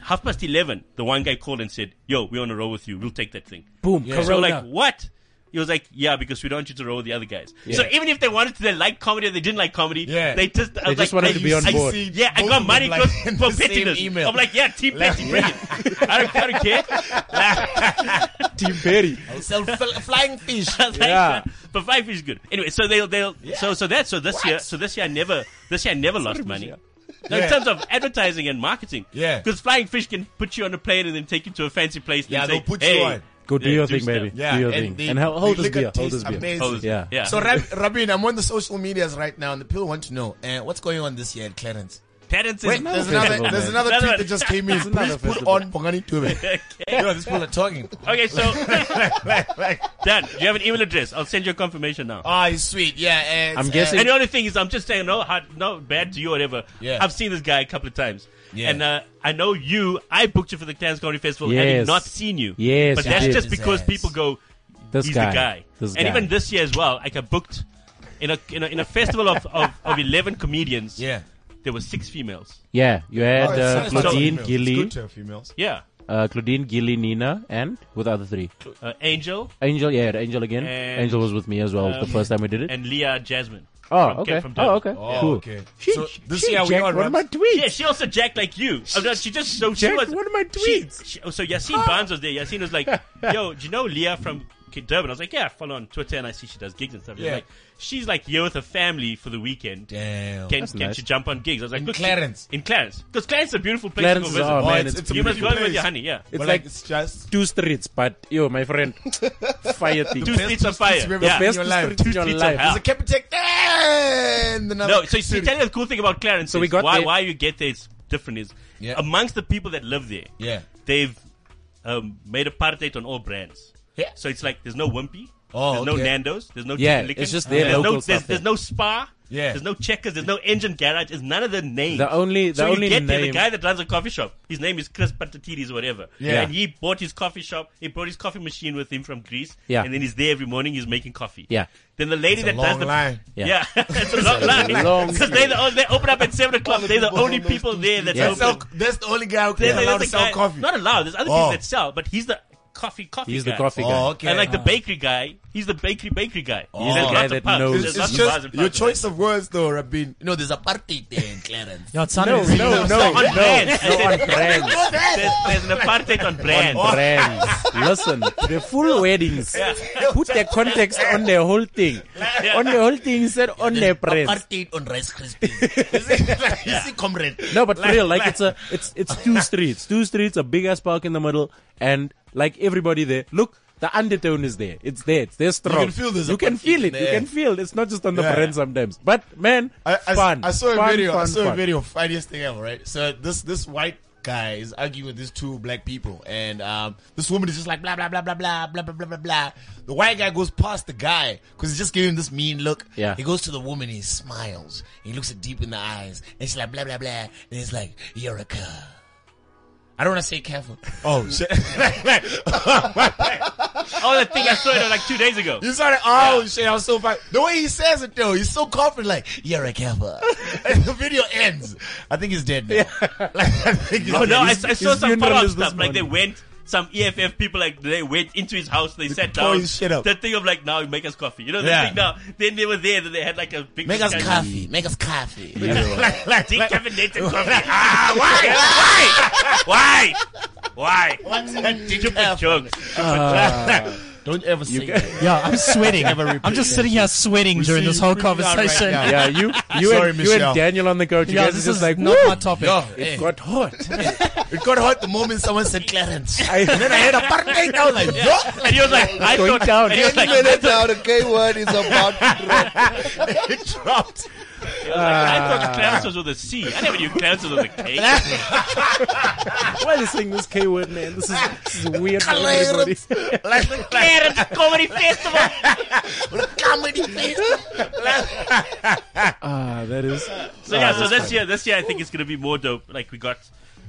Speaker 4: half past 11, the one guy called and said, yo, we're on a roll with you. We'll take that thing.
Speaker 2: Boom,
Speaker 4: So we're
Speaker 2: Corona.
Speaker 4: like, what? He was like, yeah, because we don't want you to roll with the other guys. So even if they wanted to, they liked comedy or they didn't like comedy.
Speaker 5: Yeah.
Speaker 4: They just, I
Speaker 2: They
Speaker 4: was
Speaker 2: just
Speaker 4: like,
Speaker 2: wanted
Speaker 4: I-
Speaker 2: to be on
Speaker 4: I
Speaker 2: board.
Speaker 4: see- yeah, I
Speaker 5: Both
Speaker 4: got
Speaker 5: of
Speaker 4: money
Speaker 5: them,
Speaker 4: because
Speaker 5: like, in
Speaker 4: for
Speaker 5: the same
Speaker 4: pettiness.
Speaker 5: email.
Speaker 4: I'm like, yeah, team petty, bring it. I don't, I don't care. Like,
Speaker 2: Team Perry.
Speaker 5: Sell fl- flying fish.
Speaker 4: I was like,
Speaker 2: Yeah.
Speaker 4: but five is good. Anyway, so they'll they'll so so that so this year so this year I never this year I never lost money. No,
Speaker 5: Yeah.
Speaker 4: In terms of advertising and marketing,
Speaker 5: Yeah.
Speaker 4: because flying fish can put you on a plane and then take you to a fancy place.
Speaker 5: Yeah,
Speaker 4: and
Speaker 5: they'll
Speaker 4: say,
Speaker 5: put you
Speaker 4: hey,
Speaker 5: on.
Speaker 2: Go do
Speaker 4: Yeah,
Speaker 2: your
Speaker 4: do
Speaker 2: thing, baby.
Speaker 4: stuff.
Speaker 5: Yeah,
Speaker 2: do your
Speaker 5: and
Speaker 2: thing.
Speaker 5: they-
Speaker 2: and how, hold
Speaker 5: they
Speaker 2: this
Speaker 5: look at
Speaker 2: beer. Hold this
Speaker 5: taste
Speaker 2: beer.
Speaker 5: amazing.
Speaker 4: Oh,
Speaker 2: Yeah.
Speaker 4: yeah.
Speaker 5: So, Rab- Rabin, I'm on the social medias right now, and the people want to know uh, what's going on this year at Clarence.
Speaker 4: Terrence is
Speaker 5: Wait,
Speaker 2: no
Speaker 5: there's
Speaker 2: festival,
Speaker 5: another,
Speaker 2: man.
Speaker 5: there's another
Speaker 4: Another
Speaker 5: tweet
Speaker 4: one.
Speaker 5: that just came in.
Speaker 2: There's another
Speaker 5: Please put
Speaker 2: festival.
Speaker 5: on Bongani Tube. Yo, these people are talking.
Speaker 4: Okay, so Dan, do you have an email address? I'll send you a confirmation now.
Speaker 5: Ah, it's sweet. Yeah, uh,
Speaker 2: I'm
Speaker 5: it's,
Speaker 2: guessing-
Speaker 4: And the only thing is, I'm just saying, no, hard, no bad to you or whatever.
Speaker 5: Yeah.
Speaker 4: I've seen this guy a couple of times.
Speaker 5: Yeah.
Speaker 4: And uh, I know you. I booked you for the Clans Comedy Festival, having
Speaker 2: Yes.
Speaker 4: not seen you.
Speaker 2: Yes,
Speaker 4: but
Speaker 2: you
Speaker 4: that's
Speaker 2: did.
Speaker 4: just because
Speaker 5: Yes.
Speaker 4: people go,
Speaker 2: This
Speaker 4: he's
Speaker 2: guy.
Speaker 4: the guy.
Speaker 2: This
Speaker 4: and
Speaker 2: guy.
Speaker 4: even this year as well, like I booked in a in a, in a festival of, of, of eleven comedians.
Speaker 5: eh, Yeah.
Speaker 4: there were six females.
Speaker 2: Yeah, you had uh,
Speaker 5: Oh, it's nice.
Speaker 2: Claudine,
Speaker 5: It's
Speaker 2: Gilly,
Speaker 7: to have females.
Speaker 4: Yeah,
Speaker 2: uh, Claudine, Gilly, Nina, and with the other three.
Speaker 4: uh, Angel
Speaker 2: Angel, yeah, the Angel again.
Speaker 4: And,
Speaker 2: Angel was with me as well the
Speaker 4: um,
Speaker 2: first time we did it.
Speaker 4: and Leah Jasmine.
Speaker 2: oh,
Speaker 4: from-
Speaker 2: okay.
Speaker 4: from Durban.
Speaker 2: oh, okay.
Speaker 5: Oh,
Speaker 2: cool.
Speaker 5: okay.
Speaker 2: She,
Speaker 5: So this
Speaker 2: she
Speaker 5: year we
Speaker 2: jacked
Speaker 5: are
Speaker 2: one of my
Speaker 5: reps.
Speaker 2: tweets.
Speaker 4: Yeah, she also jacked like you. Oh, no, she just so she
Speaker 2: Jacked
Speaker 4: was
Speaker 2: one of my
Speaker 4: she-
Speaker 2: tweets. Ah.
Speaker 4: she- oh, so Yassine Barnes was there. Yassine was like, "Yo, do you know Leah from K- Durban?" I was like, "Yeah, I follow on Twitter and I see she does gigs and stuff." Yeah.
Speaker 5: Yeah.
Speaker 4: Like, she's like here with her family for the weekend.
Speaker 5: Damn.
Speaker 4: Can,
Speaker 2: That's
Speaker 4: can
Speaker 2: nice.
Speaker 4: she jump on gigs? I was like,
Speaker 5: In
Speaker 4: "Look, she-
Speaker 5: Clarence."
Speaker 4: in Clarence, because Clarence is a beautiful place
Speaker 2: Clarence
Speaker 4: to
Speaker 2: is
Speaker 4: go visit.
Speaker 2: oh, man,
Speaker 5: it's-
Speaker 2: it's,
Speaker 5: it's a
Speaker 4: you must
Speaker 5: beautiful
Speaker 4: go there with
Speaker 5: place.
Speaker 4: your honey, yeah.
Speaker 2: it's
Speaker 5: But,
Speaker 2: like
Speaker 5: it's just
Speaker 2: two streets, but yo, my friend, fire thing.
Speaker 4: Two streets of
Speaker 5: streets
Speaker 4: fire.
Speaker 5: we've ever
Speaker 4: Yeah.
Speaker 5: been
Speaker 2: Best
Speaker 5: in your life.
Speaker 2: streets in
Speaker 4: Two
Speaker 2: your
Speaker 4: streets of
Speaker 2: life.
Speaker 4: hell.
Speaker 5: there's a Capitec and another.
Speaker 4: No, so you see,
Speaker 5: city.
Speaker 4: tell you the cool thing about Clarence.
Speaker 2: So
Speaker 4: is
Speaker 2: we got
Speaker 4: why
Speaker 2: there-
Speaker 4: why you get there is different. Is
Speaker 5: Yeah.
Speaker 4: amongst the people that live there,
Speaker 5: Yeah.
Speaker 4: they've um, made apartheid on all brands.
Speaker 5: Yeah.
Speaker 4: So it's like there's no Wimpy.
Speaker 5: Oh,
Speaker 4: there's
Speaker 5: okay.
Speaker 4: no Nando's. There's no
Speaker 2: Yeah,
Speaker 4: Chicken Licken,
Speaker 2: it's just their
Speaker 4: there's
Speaker 2: local
Speaker 4: no,
Speaker 2: stuff
Speaker 4: there's,
Speaker 2: there.
Speaker 4: there's no spa.
Speaker 5: Yeah.
Speaker 4: There's no checkers. There's no engine garage. It's none of the names.
Speaker 2: The only- the
Speaker 4: so you
Speaker 2: only
Speaker 4: get there, the
Speaker 2: name-
Speaker 4: guy that runs a coffee shop. His name is Chris Patatidis or whatever.
Speaker 5: Yeah.
Speaker 4: And he bought his coffee shop. He brought his coffee machine with him from Greece.
Speaker 2: Yeah.
Speaker 4: And then he's there every morning. He's making coffee.
Speaker 2: Yeah.
Speaker 4: Then the lady
Speaker 5: It's a
Speaker 4: that does
Speaker 5: long
Speaker 4: the
Speaker 5: line.
Speaker 2: Yeah.
Speaker 4: yeah, it's a long line
Speaker 2: long
Speaker 4: because they the, they open up at seven o'clock. They're the only people there that's
Speaker 2: Yeah.
Speaker 5: That's,
Speaker 4: open.
Speaker 5: so, that's the only guy who
Speaker 4: They're
Speaker 5: can
Speaker 4: the-
Speaker 5: allow to
Speaker 4: there's a
Speaker 5: sell
Speaker 4: guy-
Speaker 5: coffee.
Speaker 4: Not allowed. There's other
Speaker 5: Oh.
Speaker 4: people that sell, but he's the coffee coffee.
Speaker 2: He's
Speaker 4: guy.
Speaker 2: the coffee guy.
Speaker 5: oh, okay.
Speaker 4: And like the bakery guy, He's the bakery bakery guy.
Speaker 2: the
Speaker 4: There's
Speaker 2: guy
Speaker 4: lots of
Speaker 2: that
Speaker 4: pubs.
Speaker 2: knows.
Speaker 4: There's
Speaker 5: It's,
Speaker 4: lots
Speaker 5: it's
Speaker 4: of bars
Speaker 5: just
Speaker 4: and
Speaker 5: your
Speaker 4: pubs.
Speaker 5: choice of words, though, Rabin. You know, there's a party there in Clarence.
Speaker 3: Yo, it sounded
Speaker 2: No,
Speaker 3: really-
Speaker 2: no, no, no,
Speaker 4: on brand.
Speaker 2: no, on brand.
Speaker 4: There's, there's an apartheid on brand.
Speaker 2: brand. Listen, the full weddings put the context on the whole thing. On the whole thing, he said on the press.
Speaker 5: Apartheid on Rice Krispies. you see, comrade.
Speaker 2: No, but for real, like it's a, it's it's two streets, two streets, a big ass park in the middle, and like everybody there. Look, the undertone is there. It's there. It's there strong.
Speaker 5: can feel there's a
Speaker 2: You can feel
Speaker 5: party
Speaker 2: it. You
Speaker 5: there.
Speaker 2: can feel. It's not just on the
Speaker 5: Yeah.
Speaker 2: brand sometimes. But man,
Speaker 5: I, I,
Speaker 2: fun.
Speaker 5: I saw a
Speaker 2: Fun,
Speaker 5: video. I
Speaker 2: fun,
Speaker 5: saw a
Speaker 2: fun.
Speaker 5: video. Funniest thing ever, right? So this this white guy is arguing with these two black people, and um, this woman is just like blah blah blah blah blah blah blah blah blah blah. The white guy goes past the guy because he's just giving him this mean look.
Speaker 2: Yeah.
Speaker 5: He goes to the woman. He smiles. He looks her deep in the eyes, and she's like blah blah blah, and he's like, "You're a cur." I don't want to say careful. Oh shit!
Speaker 4: Oh, that thing I saw it like two days ago.
Speaker 5: You started, oh shit, I was so fine. The way he says it though, he's so confident, like, you're a camper. and the video ends. I think he's dead now. like, I think he's
Speaker 4: Oh
Speaker 5: dead.
Speaker 4: no, I, I
Speaker 5: He's-
Speaker 4: saw
Speaker 2: his
Speaker 4: some
Speaker 2: funeral
Speaker 4: follow
Speaker 2: is this
Speaker 4: stuff. Like they went, some EFF people like they went into his house. They sat
Speaker 5: tore
Speaker 4: down.
Speaker 5: his shit up.
Speaker 4: That thing of like now you make us coffee. You know that
Speaker 5: Yeah.
Speaker 4: thing now. Then they were there. Then they had like a big
Speaker 5: Make us
Speaker 4: discussion.
Speaker 5: coffee. Make us coffee.
Speaker 4: like, like, decaffeinated coffee. ah, why? Why? Why? Why? Stupid jokes. Ah.
Speaker 5: Don't ever see that.
Speaker 3: Yo, I'm sweating. I'm just sitting here sweating during
Speaker 5: see
Speaker 3: this whole
Speaker 5: you freaking out right
Speaker 3: conversation.
Speaker 5: now.
Speaker 2: Yeah, you, you,
Speaker 5: Sorry,
Speaker 2: and, you
Speaker 5: Michelle.
Speaker 2: and Daniel on the couch. You
Speaker 3: Yo,
Speaker 2: guys
Speaker 3: this
Speaker 2: are
Speaker 3: is
Speaker 2: just like,
Speaker 3: not
Speaker 2: woo,
Speaker 3: my topic.
Speaker 5: Yo,
Speaker 2: it
Speaker 5: hey,
Speaker 2: got hot.
Speaker 5: it got hot the moment someone said Clarence. and then I had a apartheid. I was like, yo.
Speaker 4: And he was like, I
Speaker 2: Going
Speaker 4: thought.
Speaker 2: down.
Speaker 4: And he was like,
Speaker 7: minutes now, the K word is about to drop.
Speaker 5: It dropped.
Speaker 4: he was like, I thought Clarence was with a C. I never knew Clarence was with a K.
Speaker 2: Why are they saying this K word, man? This is, this is weird for everybody.
Speaker 5: Like,
Speaker 4: Clarence Comedy Festival.
Speaker 5: comedy face.
Speaker 2: Ah, that is.
Speaker 4: So yeah, so this year, this year I think it's gonna be more dope. Like we got,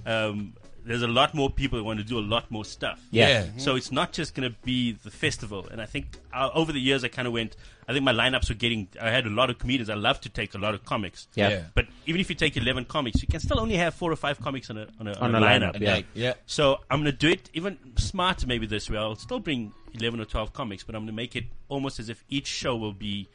Speaker 4: um, there's a lot more people who want to do a lot more stuff.
Speaker 2: Yeah.
Speaker 4: So it's not just gonna be the festival. And I think uh, over the years I kind of went. I think my lineups were getting. I had a lot of comedians. I love to take a lot of comics.
Speaker 2: Yeah.
Speaker 5: Yeah.
Speaker 4: But even if you take eleven comics, you can still only have four or five comics on a on a, on
Speaker 2: a lineup,
Speaker 4: lineup.
Speaker 2: yeah.
Speaker 5: Like, yeah.
Speaker 4: So I'm gonna do it even smarter maybe this way. I'll still bring eleven or twelve comics, but I'm gonna make it almost as if each show will be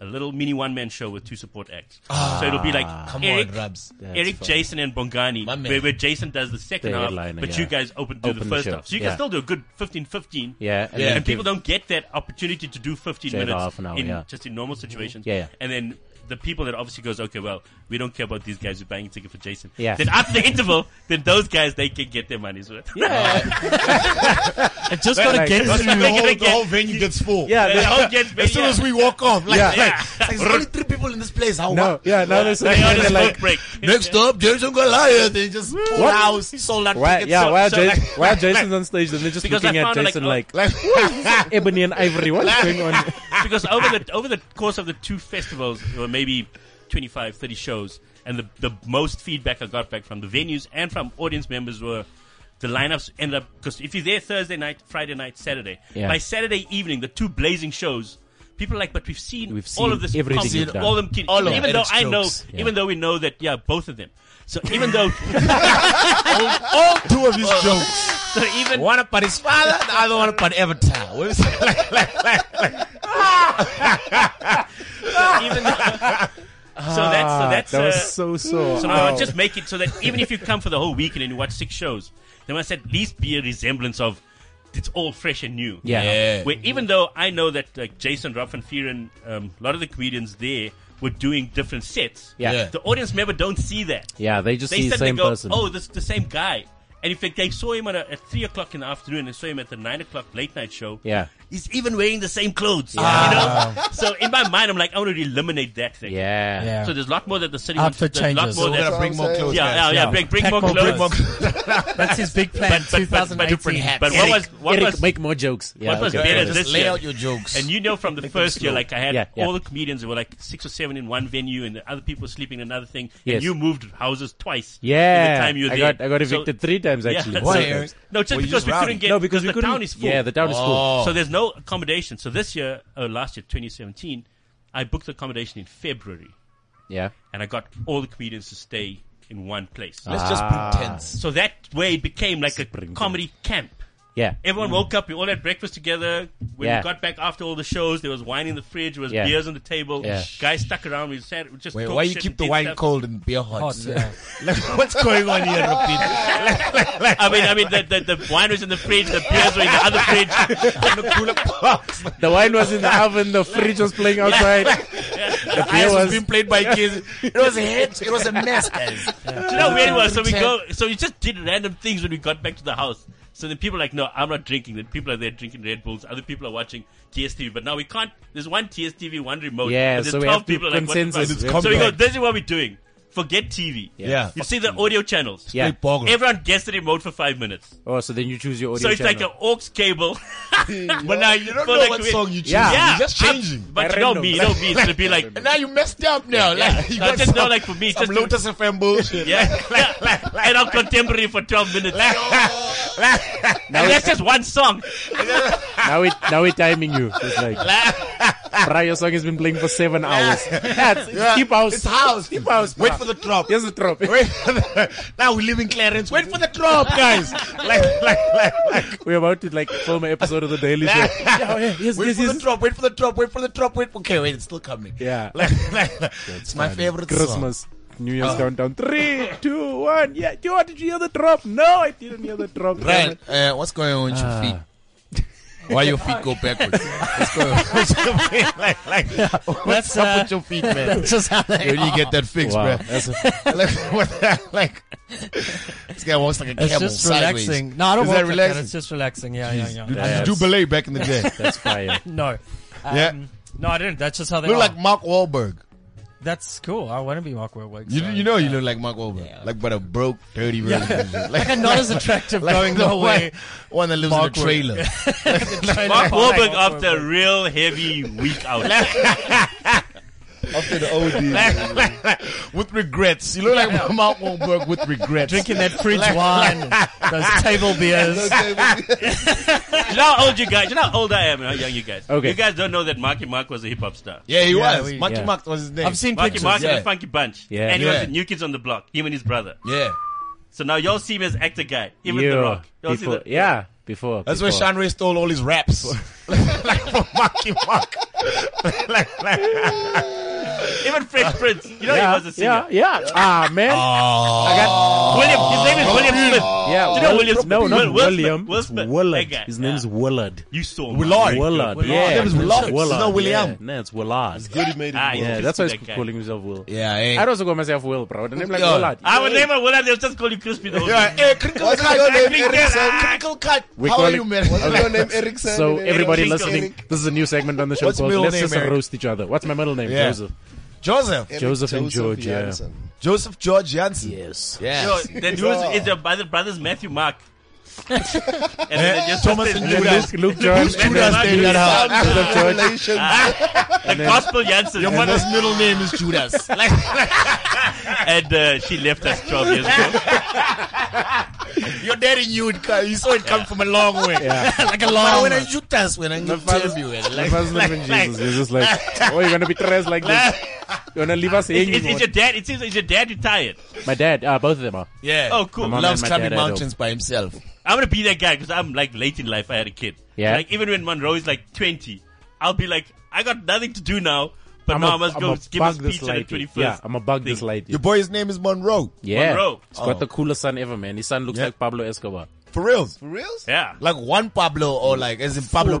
Speaker 4: a little mini one man show with two support acts. so it'll be like
Speaker 5: Ah, Come
Speaker 4: Eric,
Speaker 5: on, Rabs.
Speaker 4: Eric, Jason, and Bongani,
Speaker 5: My man.
Speaker 4: where, where Jason does the second
Speaker 2: The
Speaker 4: half,
Speaker 2: headliner,
Speaker 4: but
Speaker 2: yeah.
Speaker 4: you guys open do
Speaker 2: Open
Speaker 4: the
Speaker 2: the
Speaker 4: first
Speaker 2: show,
Speaker 4: half. So you
Speaker 2: yeah.
Speaker 4: can still do a good 15-15.
Speaker 2: Yeah, and
Speaker 5: Yeah.
Speaker 2: then
Speaker 4: And people
Speaker 2: give-
Speaker 4: don't get that opportunity to do 15
Speaker 2: Straight
Speaker 4: minutes
Speaker 2: half an hour,
Speaker 4: in,
Speaker 2: yeah.
Speaker 4: just in normal situations.
Speaker 2: Yeah, yeah.
Speaker 4: And then the people that obviously goes, okay, well, we don't care about these guys who buying a ticket for Jason.
Speaker 2: Yeah.
Speaker 4: Then after the interval, then those guys, they can get their money's worth.
Speaker 3: I just gotta
Speaker 2: Like,
Speaker 3: get
Speaker 5: That's
Speaker 3: through.
Speaker 5: when the
Speaker 4: Make it
Speaker 5: whole,
Speaker 4: again.
Speaker 5: the whole venue gets full.
Speaker 2: Yeah,
Speaker 4: They
Speaker 2: they-
Speaker 4: all get
Speaker 5: As soon as we walk off, like,
Speaker 2: Yeah.
Speaker 5: like, it's like, there's only three people in this place. How
Speaker 2: no, yeah, now they're sitting
Speaker 4: They
Speaker 2: there,
Speaker 4: on a
Speaker 2: they're
Speaker 4: smoke
Speaker 2: like,
Speaker 4: break.
Speaker 5: Next up, Jason Goliath. They just pulled
Speaker 2: What?
Speaker 5: out, sold out
Speaker 2: why,
Speaker 5: tickets.
Speaker 2: yeah,
Speaker 5: so-
Speaker 2: why are,
Speaker 5: so,
Speaker 2: Jason,
Speaker 5: like-
Speaker 2: why are Jason's on stage and they're just
Speaker 4: Because
Speaker 2: looking
Speaker 4: I
Speaker 2: at
Speaker 4: found, like,
Speaker 2: Jason
Speaker 4: oh,
Speaker 2: like, ebony and ivory, what's going on?
Speaker 4: because over the over the course of the two festivals there were maybe 25 30 shows and the, the most feedback i got back from the venues and from audience members were the lineups ended up because if you're there thursday night friday night saturday
Speaker 2: Yeah.
Speaker 4: by saturday evening the two blazing shows people are like but we've seen
Speaker 2: We've
Speaker 4: all
Speaker 2: seen
Speaker 4: of this
Speaker 2: everything
Speaker 4: comedy,
Speaker 2: you've done.
Speaker 4: all of them kid-
Speaker 5: All of
Speaker 4: even though
Speaker 5: Eric's
Speaker 4: i know
Speaker 5: jokes.
Speaker 2: Yeah.
Speaker 4: even though we know that yeah both of them so even though
Speaker 5: all two of his jokes.
Speaker 4: so even
Speaker 5: One about his father, the other one about Avatar. What is it? Like, like, like, like.
Speaker 4: even though, so that's so
Speaker 2: Ah, that
Speaker 4: that's uh,
Speaker 2: was so sore.
Speaker 4: So now I'll just make it so that even if you come for the whole weekend and you watch six shows, there must at least be a resemblance of it's all fresh and new.
Speaker 2: Yeah.
Speaker 5: Yeah.
Speaker 4: Where even though I know that like Jason, Rob Van Feeren, um, a lot of the comedians there were doing different sets.
Speaker 2: Yeah.
Speaker 5: Yeah.
Speaker 4: The audience member don't see that.
Speaker 2: Yeah, they just
Speaker 4: They
Speaker 2: see the
Speaker 4: said they
Speaker 2: same
Speaker 4: go,
Speaker 2: person.
Speaker 4: oh, this is the same guy. And in fact, they saw him at, a, at three o'clock in the afternoon and saw him at the nine o'clock late night show.
Speaker 2: Yeah.
Speaker 4: He's even wearing the same clothes. You know? so in my mind, I'm like, I want to eliminate that thing.
Speaker 2: Yeah.
Speaker 3: Yeah.
Speaker 4: So there's a lot more that the city
Speaker 3: Outfit
Speaker 4: wants to, there's a lot
Speaker 3: changes.
Speaker 4: more
Speaker 5: We're
Speaker 4: that
Speaker 5: going to bring more clothes.
Speaker 4: yeah, yeah, yeah.
Speaker 3: Yeah.
Speaker 4: Bring, bring
Speaker 3: Pack
Speaker 4: more
Speaker 3: more
Speaker 4: clothes.
Speaker 3: bricks. That's his big plan.
Speaker 4: But- but- but- but-
Speaker 3: 2018.
Speaker 4: But what was what
Speaker 2: Eric,
Speaker 4: was
Speaker 2: make more jokes. Yeah,
Speaker 4: what was
Speaker 2: okay.
Speaker 4: better
Speaker 5: Just
Speaker 4: this
Speaker 5: lay
Speaker 4: year?
Speaker 5: out your jokes.
Speaker 4: And you know from the first year, like I had
Speaker 2: Yeah, yeah.
Speaker 4: all the comedians who were like six or seven in one venue, and the other people were sleeping in another thing. And
Speaker 2: Yes.
Speaker 4: you moved houses twice. in
Speaker 2: Yeah,
Speaker 4: the time you were
Speaker 2: I
Speaker 4: there.
Speaker 2: got I got
Speaker 4: So-
Speaker 2: evicted three times actually.
Speaker 4: Yeah,
Speaker 5: Why,
Speaker 4: so-
Speaker 5: Eric?
Speaker 4: No, just
Speaker 5: Were you
Speaker 4: because
Speaker 5: just
Speaker 4: we
Speaker 5: rowdy?
Speaker 4: couldn't get
Speaker 2: no, because we
Speaker 4: the
Speaker 2: couldn't.
Speaker 4: town is full.
Speaker 2: Yeah, the town is full.
Speaker 5: Oh.
Speaker 4: So there's no accommodation. So this year, uh, last year, 2017, I booked the accommodation in February,
Speaker 2: Yeah,
Speaker 4: and I got all the comedians to stay in one place.
Speaker 2: Ah.
Speaker 5: Ah. Let's just pretend.
Speaker 4: So that way it became like a comedy camp.
Speaker 2: Yeah.
Speaker 4: Everyone woke up. We all had breakfast together. When
Speaker 2: Mm. Yeah.
Speaker 4: we got back after all the shows, there was wine in the fridge. There was
Speaker 2: Yeah.
Speaker 4: beers on the table.
Speaker 2: Yeah.
Speaker 4: Guys stuck around. We sat. We just
Speaker 5: Wait,
Speaker 4: talked
Speaker 5: why you
Speaker 4: shit
Speaker 5: keep
Speaker 4: and
Speaker 5: the
Speaker 4: did
Speaker 5: wine
Speaker 4: stuff.
Speaker 5: cold and beer hot?
Speaker 3: Hot, yeah.
Speaker 5: What's going on here, Rapid?
Speaker 4: I mean, I mean, the, the, the wine was in the fridge. The beers were in the other fridge.
Speaker 2: The wine was in the oven, the fridge was playing outside. The beer
Speaker 5: Ice was
Speaker 2: was.
Speaker 5: being played by kids. It was a hit. It was a mess, guys.
Speaker 4: Do you know how weird it was? So we go. So we just did random things when we got back to the house. So then people are like, no, I'm not drinking. Then people are there drinking Red Bulls. Other people are watching TSTV. But now we can't. There's one TSTV, one remote.
Speaker 2: Yeah,
Speaker 4: and there's
Speaker 2: so we
Speaker 4: 12
Speaker 2: have to
Speaker 4: people like, what the
Speaker 2: consensus.
Speaker 4: fuck?
Speaker 2: We have
Speaker 4: So we
Speaker 2: to-
Speaker 4: go. This is what we're doing. Forget TV.
Speaker 5: Yeah.
Speaker 4: You see the audio channels.
Speaker 2: Yeah.
Speaker 5: Play Boggle.
Speaker 4: Everyone gets the remote for five minutes.
Speaker 2: Oh, so then you choose your audio
Speaker 4: So it's
Speaker 2: channel.
Speaker 4: like an aux cable.
Speaker 5: But now you don't
Speaker 4: For
Speaker 5: know
Speaker 4: like
Speaker 5: what
Speaker 4: we-
Speaker 5: song you choose.
Speaker 2: Yeah.
Speaker 5: You're just
Speaker 4: I'm-
Speaker 5: changing.
Speaker 4: But you know me, you know me. It's gonna be like,
Speaker 5: now you messed up now. Like, you
Speaker 4: I
Speaker 5: got
Speaker 4: just know,
Speaker 5: some-
Speaker 4: like for me, it's
Speaker 5: some
Speaker 4: just to-
Speaker 5: Lotus FM bullshit.
Speaker 4: yeah, and I'm contemporary for 12 minutes. and that's just one song.
Speaker 2: now it now we're timing you. It's like prior song has been playing for seven hours. That's it's keep house.
Speaker 5: It's house.
Speaker 2: Keep house.
Speaker 5: Wait for the drop.
Speaker 2: Here's the drop.
Speaker 5: Wait for the, now we live in Clarence. Wait for the drop, guys. like, like, like, like.
Speaker 2: We're about to like film an episode of the Daily Show. Yeah, oh, yeah, yes,
Speaker 5: Wait
Speaker 2: yes,
Speaker 5: for
Speaker 2: yes.
Speaker 5: the drop. Wait for the drop. Wait for the drop. Wait. Okay, wait. It's still coming.
Speaker 2: Yeah.
Speaker 5: Like, like, like. It's my favorite song.
Speaker 2: Christmas. New
Speaker 5: Uh.
Speaker 2: Year's countdown. Three, two, one. Yeah. Do you want did you hear the drop? No, I didn't hear the drop.
Speaker 5: Ryan, uh, what's going on with
Speaker 3: Ah.
Speaker 5: your feet? Why your feet go backwards? What's going on with your feet? Like, like, what's
Speaker 3: That's,
Speaker 5: up
Speaker 3: uh,
Speaker 5: with your feet, man?
Speaker 3: That's just how they
Speaker 5: Where do you
Speaker 3: are.
Speaker 5: get that fixed,
Speaker 2: Wow.
Speaker 5: bruh?
Speaker 2: That's
Speaker 5: like, what, like, this guy walks like a
Speaker 3: It's
Speaker 5: camel.
Speaker 3: just
Speaker 5: sideways.
Speaker 3: relaxing. No, I don't
Speaker 5: Is that
Speaker 3: walk like that.
Speaker 5: relaxing?
Speaker 3: It's just relaxing. Yeah, yeah, yeah.
Speaker 5: Dude,
Speaker 2: Yes.
Speaker 5: you do ballet back in the day.
Speaker 2: that's fire.
Speaker 3: No. Um,
Speaker 5: Yeah.
Speaker 3: No, I didn't. That's just how they
Speaker 5: look
Speaker 3: are.
Speaker 5: like Mark Wahlberg.
Speaker 3: That's cool. I want to be Mark Wahlberg.
Speaker 5: You,
Speaker 3: so-
Speaker 5: you know you look like Mark Wahlberg, like but a broke, dirty version. Like,
Speaker 3: Not as attractive
Speaker 5: like
Speaker 3: going
Speaker 5: the
Speaker 3: the way.
Speaker 5: one, one that lives
Speaker 3: Mark
Speaker 5: in a
Speaker 3: would.
Speaker 5: trailer.
Speaker 4: Mark Wahlberg after a real heavy week out.
Speaker 7: After the OD.
Speaker 5: Like- like- like, with regrets. You look like Mark Wahlberg with regrets.
Speaker 3: Drinking that fridge wine, and those table beers.
Speaker 4: you know how old you guys? You know how old I am and how young you guys?
Speaker 2: Okay.
Speaker 4: You guys don't know that Marky Mark was a hip hop star.
Speaker 5: Yeah, he
Speaker 3: Yeah,
Speaker 5: was.
Speaker 3: we-
Speaker 5: Monkey
Speaker 2: yeah.
Speaker 5: Mark was his name.
Speaker 3: I've seen
Speaker 4: Marky
Speaker 3: pictures.
Speaker 4: Mark and
Speaker 5: yeah.
Speaker 4: the Funky Bunch.
Speaker 2: Yeah.
Speaker 4: And he was
Speaker 5: Yeah.
Speaker 4: the New Kids on the Block, him and his brother.
Speaker 5: Yeah,
Speaker 4: So now y'all see him as actor guy, even
Speaker 2: You.
Speaker 4: The Rock. Y'all see
Speaker 2: Before,
Speaker 4: that?
Speaker 2: yeah, before.
Speaker 5: that's
Speaker 2: before.
Speaker 5: where Sean Ray stole all his raps, like from Monkey Mark. like, like,
Speaker 4: Even Fresh Prince. You know
Speaker 2: yeah,
Speaker 4: he was a singer.
Speaker 2: yeah, yeah. Ah, man. I got,
Speaker 4: William, his name is Uh, William Smith.
Speaker 2: yeah,
Speaker 4: you know
Speaker 2: Will-
Speaker 4: William-
Speaker 2: No, not
Speaker 4: Will- Will Smith.
Speaker 2: William.
Speaker 4: Will
Speaker 2: It's
Speaker 4: Smith. That
Speaker 2: Willard.
Speaker 4: guy.
Speaker 2: His name's
Speaker 4: Yeah.
Speaker 2: Willard.
Speaker 4: You saw him. Ah,
Speaker 5: Willard.
Speaker 2: Willard.
Speaker 3: Willard.
Speaker 2: Yeah,
Speaker 3: His name is
Speaker 5: Willard. It's
Speaker 2: Willard.
Speaker 5: not William.
Speaker 2: Yeah. No, it's Willard.
Speaker 7: Good he made it.
Speaker 4: Ah,
Speaker 7: wrong.
Speaker 4: yeah.
Speaker 2: Yeah,
Speaker 4: Just
Speaker 2: that's why
Speaker 4: that
Speaker 2: he's
Speaker 4: guy.
Speaker 2: calling himself Will. Ah,
Speaker 5: yeah,
Speaker 2: I
Speaker 5: hey.
Speaker 2: also call myself Will, bro. The name like
Speaker 5: Yeah.
Speaker 2: Willard.
Speaker 4: I would name her Willard. They'll just call you Crispy the whole
Speaker 5: Yeah,
Speaker 4: time.
Speaker 5: hey, critical
Speaker 7: What's
Speaker 5: cut,
Speaker 7: your name,
Speaker 5: critical
Speaker 7: Erickson?
Speaker 5: cut, critical cut.
Speaker 2: We
Speaker 5: How
Speaker 2: call
Speaker 5: are
Speaker 2: it-
Speaker 5: you, man?
Speaker 7: What's your name, Erickson?
Speaker 2: So
Speaker 7: And
Speaker 2: everybody
Speaker 7: Erickson.
Speaker 2: listening, this is a new segment on the show
Speaker 5: What's
Speaker 2: called
Speaker 5: middle
Speaker 2: "Let's
Speaker 5: name,
Speaker 2: Just
Speaker 5: Eric?
Speaker 2: Roast Each Other." What's my middle name?
Speaker 5: Yeah.
Speaker 2: Joseph.
Speaker 5: Joseph,
Speaker 7: Eric
Speaker 2: Joseph and George, yeah.
Speaker 7: Jansen.
Speaker 5: Joseph George Jansen.
Speaker 2: Yes.
Speaker 5: Yes.
Speaker 4: Yo, then who is, is your brother, brother's Matthew Mark? and then they just
Speaker 5: Eh, Thomas
Speaker 4: just-
Speaker 5: and
Speaker 4: just-
Speaker 5: Judas.
Speaker 2: Luke, Luke John,
Speaker 5: Who's Judas
Speaker 4: Matthew
Speaker 5: staying in that
Speaker 4: Mark.
Speaker 5: house?
Speaker 7: Sounds
Speaker 2: George.
Speaker 7: of relation.
Speaker 4: uh, The gospel Jansen.
Speaker 5: Your mother's middle name is Judas. Like,
Speaker 4: And uh, she left us 12 years ago.
Speaker 5: your daddy knew it. co- You saw it come from a long way. like a long. When I shoot us, when I knew
Speaker 2: father's-
Speaker 5: you, and
Speaker 2: My
Speaker 5: like,
Speaker 2: first name is Jesus. He's just like, oh, you're gonna be dressed like this. You're gonna leave us
Speaker 4: Is,
Speaker 2: hanging.
Speaker 4: is, is your dad, it seems, is your dad retired?
Speaker 2: my dad, uh, both of them are.
Speaker 5: yeah.
Speaker 4: Oh, cool.
Speaker 5: He
Speaker 4: My mom
Speaker 5: Loves
Speaker 2: and my
Speaker 5: climbing
Speaker 2: dad had
Speaker 5: mountains by himself.
Speaker 4: I'm going to be that guy because I'm like late in life. I had a kid.
Speaker 2: Yeah.
Speaker 4: Like even when Monroe is like 20, I'll be like, I got nothing to do now, but
Speaker 2: I'm
Speaker 4: now I
Speaker 2: a,
Speaker 4: must
Speaker 2: I'm
Speaker 4: go
Speaker 2: a
Speaker 4: give a
Speaker 2: bug this
Speaker 4: speech on the
Speaker 2: lady.
Speaker 4: 21st.
Speaker 2: Yeah, I'm a bug
Speaker 4: thing.
Speaker 2: this lady.
Speaker 5: Your boy's name is Monroe.
Speaker 2: Yeah,
Speaker 4: Monroe.
Speaker 2: he's got the coolest son ever, man. His son looks
Speaker 5: Oh. Yeah.
Speaker 2: like Pablo Escobar.
Speaker 5: For real.
Speaker 7: For reals?
Speaker 4: Yeah.
Speaker 5: Like one Pablo or like as in Pablo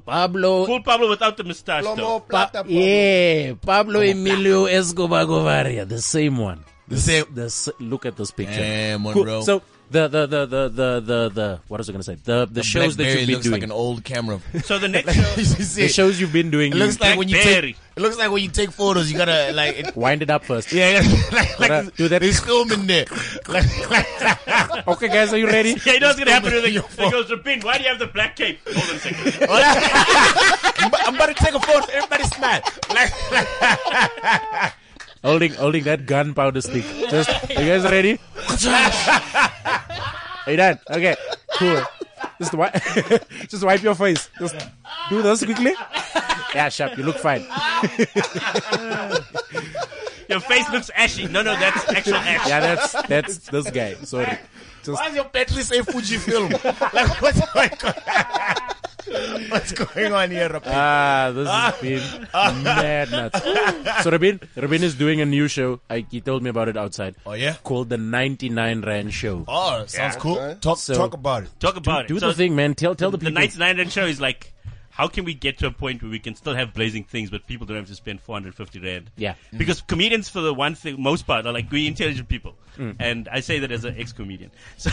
Speaker 2: Pablo, Pablo.
Speaker 4: Full Pablo without the mustache, though.
Speaker 7: Plomo, plata, plomo.
Speaker 2: yeah, Pablo Emilio Escobar Govaria, the same one.
Speaker 5: The same.
Speaker 2: The s- look at this picture.
Speaker 5: Yeah,
Speaker 2: Cool.
Speaker 5: Monroe.
Speaker 2: So the the the the the the, the what was I gonna say? The the, shows that
Speaker 5: Blackberry
Speaker 2: you've been
Speaker 5: looks like
Speaker 2: doing.
Speaker 5: an old camera.
Speaker 4: So the next show,
Speaker 5: You see
Speaker 2: the
Speaker 5: it?
Speaker 2: shows you've been doing.
Speaker 5: It looks
Speaker 2: you
Speaker 5: like when you take.
Speaker 4: Blackberry.
Speaker 5: It looks like when you take photos, you gotta like. It,
Speaker 2: wind it up first.
Speaker 5: yeah, yeah, like, like
Speaker 2: Gotta do that.
Speaker 5: There's film in there. Like, like,
Speaker 2: Okay, guys, are you ready?
Speaker 4: yeah, you know what's going to happen to the,
Speaker 5: Your
Speaker 4: he goes, Rabin, why do you have the black cape? Hold on a second.
Speaker 5: I'm, about- I'm about to take a photo. Everybody smile. Like, like,
Speaker 2: holding holding that gunpowder stick. Just are you guys ready? are you done? Okay, cool. Just wipe, just wipe your face. Just do this quickly. Yeah, sharp. You look fine.
Speaker 4: Your face looks ashy. No, no, that's actual ash.
Speaker 2: Yeah, that's that's this guy. Sorry.
Speaker 6: just
Speaker 5: Why is your battery say Fuji film? like what's going on? what's going on here, Rabin?
Speaker 2: Ah, this has been mad nuts. So Rabin, Rabin is doing a new show. I, he told me about it outside.
Speaker 5: Oh, yeah?
Speaker 2: Called the 99 Rand Show.
Speaker 5: Oh, sounds cool. Talk
Speaker 2: So-
Speaker 5: talk about it.
Speaker 4: Talk about
Speaker 2: Do
Speaker 4: it.
Speaker 2: the thing, man. Tell tell the
Speaker 4: The
Speaker 2: people.
Speaker 4: 99 Rand show is like, how can we get to a point where we can still have blazing things, but people don't have to spend 450 Rand?
Speaker 2: Yeah.
Speaker 4: Because comedians, for the one thing, most part, are like, we intelligent people.
Speaker 2: Mm.
Speaker 4: And I say that as an ex comedian. So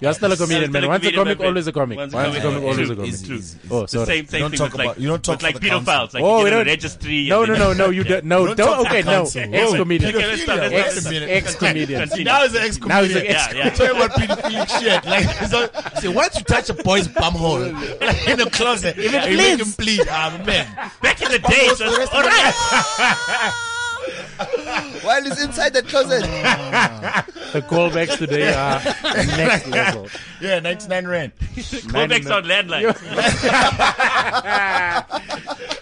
Speaker 2: You're still a
Speaker 4: Still
Speaker 2: comedian,
Speaker 4: a
Speaker 2: man. Once a
Speaker 4: comedian,
Speaker 2: comic,
Speaker 4: my friend.
Speaker 2: always a comic.
Speaker 4: Once
Speaker 2: Once
Speaker 4: a
Speaker 2: a comic,
Speaker 4: comic,
Speaker 2: always
Speaker 4: true,
Speaker 2: a comic.
Speaker 4: it's true.
Speaker 2: Oh,
Speaker 4: the
Speaker 2: sorry.
Speaker 4: same, same
Speaker 5: don't
Speaker 4: thing
Speaker 5: talk
Speaker 4: with like,
Speaker 5: about- you don't talk
Speaker 4: with
Speaker 5: for
Speaker 4: like
Speaker 5: the council.
Speaker 4: pedophiles. Like,
Speaker 2: Oh,
Speaker 4: you
Speaker 2: we
Speaker 4: get on
Speaker 2: don't-
Speaker 4: the registry. and
Speaker 2: No,
Speaker 4: then
Speaker 2: no, no,
Speaker 4: you-
Speaker 2: no. You
Speaker 4: Okay.
Speaker 2: don't. No,
Speaker 5: Don't
Speaker 2: don't.
Speaker 5: talk
Speaker 2: Okay,
Speaker 5: about
Speaker 2: no.
Speaker 5: council.
Speaker 4: Okay,
Speaker 2: Ex
Speaker 4: okay,
Speaker 2: comedian.
Speaker 4: let's stop, let's
Speaker 2: Ex-
Speaker 4: stop, let's stop.
Speaker 2: ex-comedian.
Speaker 4: Continue.
Speaker 5: Now he's an ex
Speaker 2: Now he's
Speaker 5: comedian.
Speaker 2: an
Speaker 4: Yeah, yeah.
Speaker 5: Tell about pedophilic shit. Like, so, say, why don't you touch a boy's bum hole like, in the closet? If it bleeds, him bleed. Ah, man.
Speaker 4: Back in the day, it
Speaker 5: for the
Speaker 4: was
Speaker 5: rest
Speaker 4: all right.
Speaker 7: While it's inside that closet.
Speaker 2: The callbacks today uh, are next level.
Speaker 5: Yeah, 99 rand.
Speaker 4: Callbacks on landline.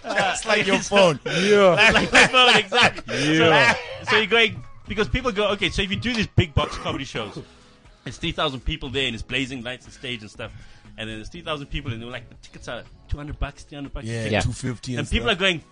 Speaker 5: That's like your phone.
Speaker 2: Yeah.
Speaker 4: like my phone, exactly. So,
Speaker 2: Yeah.
Speaker 4: so you're going because people go, okay. So if you do these big box comedy shows, it's three thousand people there and it's blazing lights and stage and stuff, and then there's three thousand people and they're like, the tickets are two hundred bucks, three hundred bucks,
Speaker 5: Yeah,
Speaker 4: tickets.
Speaker 2: Yeah.
Speaker 5: 250 and,
Speaker 4: and people are going,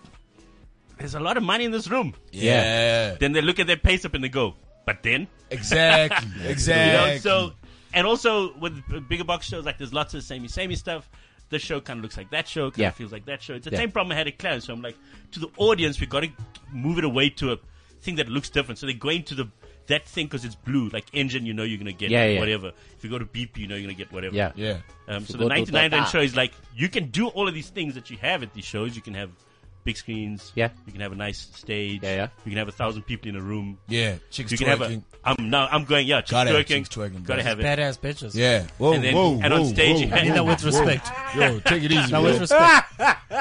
Speaker 4: there's a lot of money in this room.
Speaker 5: Yeah.
Speaker 4: Then they look at their pay slip and they go, but then
Speaker 5: Exactly.
Speaker 4: you know,
Speaker 5: Exactly.
Speaker 4: so and also with b- bigger box shows, like there's lots of samey samey stuff. This show kind of looks like that show, kind
Speaker 2: Yeah.
Speaker 4: of feels like that show. It's the
Speaker 2: Yeah.
Speaker 4: same problem I had at Clarence. So I'm like, to the audience, we got to move it away to a thing that looks different. So they're going to the that thing because it's blue, like engine. You know you're gonna get
Speaker 2: Yeah, yeah.
Speaker 4: whatever. If you go to BP, you know you're gonna get whatever.
Speaker 2: Yeah.
Speaker 5: yeah.
Speaker 4: Um, so
Speaker 2: You go to
Speaker 4: the 99
Speaker 2: the
Speaker 4: Rand
Speaker 2: bar.
Speaker 4: show is like you can do all of these things that you have at these shows. You can have big screens.
Speaker 2: Yeah.
Speaker 4: You can have a nice stage.
Speaker 2: Yeah, yeah.
Speaker 4: You can have a thousand people in a room
Speaker 5: Yeah. Chicks
Speaker 4: you can have a.
Speaker 5: twerking.
Speaker 4: I'm no, I'm going. Yeah, chicks
Speaker 5: Gotta have
Speaker 4: twerking.
Speaker 5: chicks twerking,
Speaker 4: Gotta
Speaker 5: bro.
Speaker 4: have it.
Speaker 3: Badass bitches.
Speaker 5: Yeah. Whoa,
Speaker 4: And then-
Speaker 5: whoa,
Speaker 4: and on
Speaker 5: whoa,
Speaker 4: stage
Speaker 5: whoa,
Speaker 4: you had-
Speaker 3: You know, with respect.
Speaker 5: Yo, take it easy,
Speaker 3: Now, with
Speaker 5: yo.
Speaker 3: respect.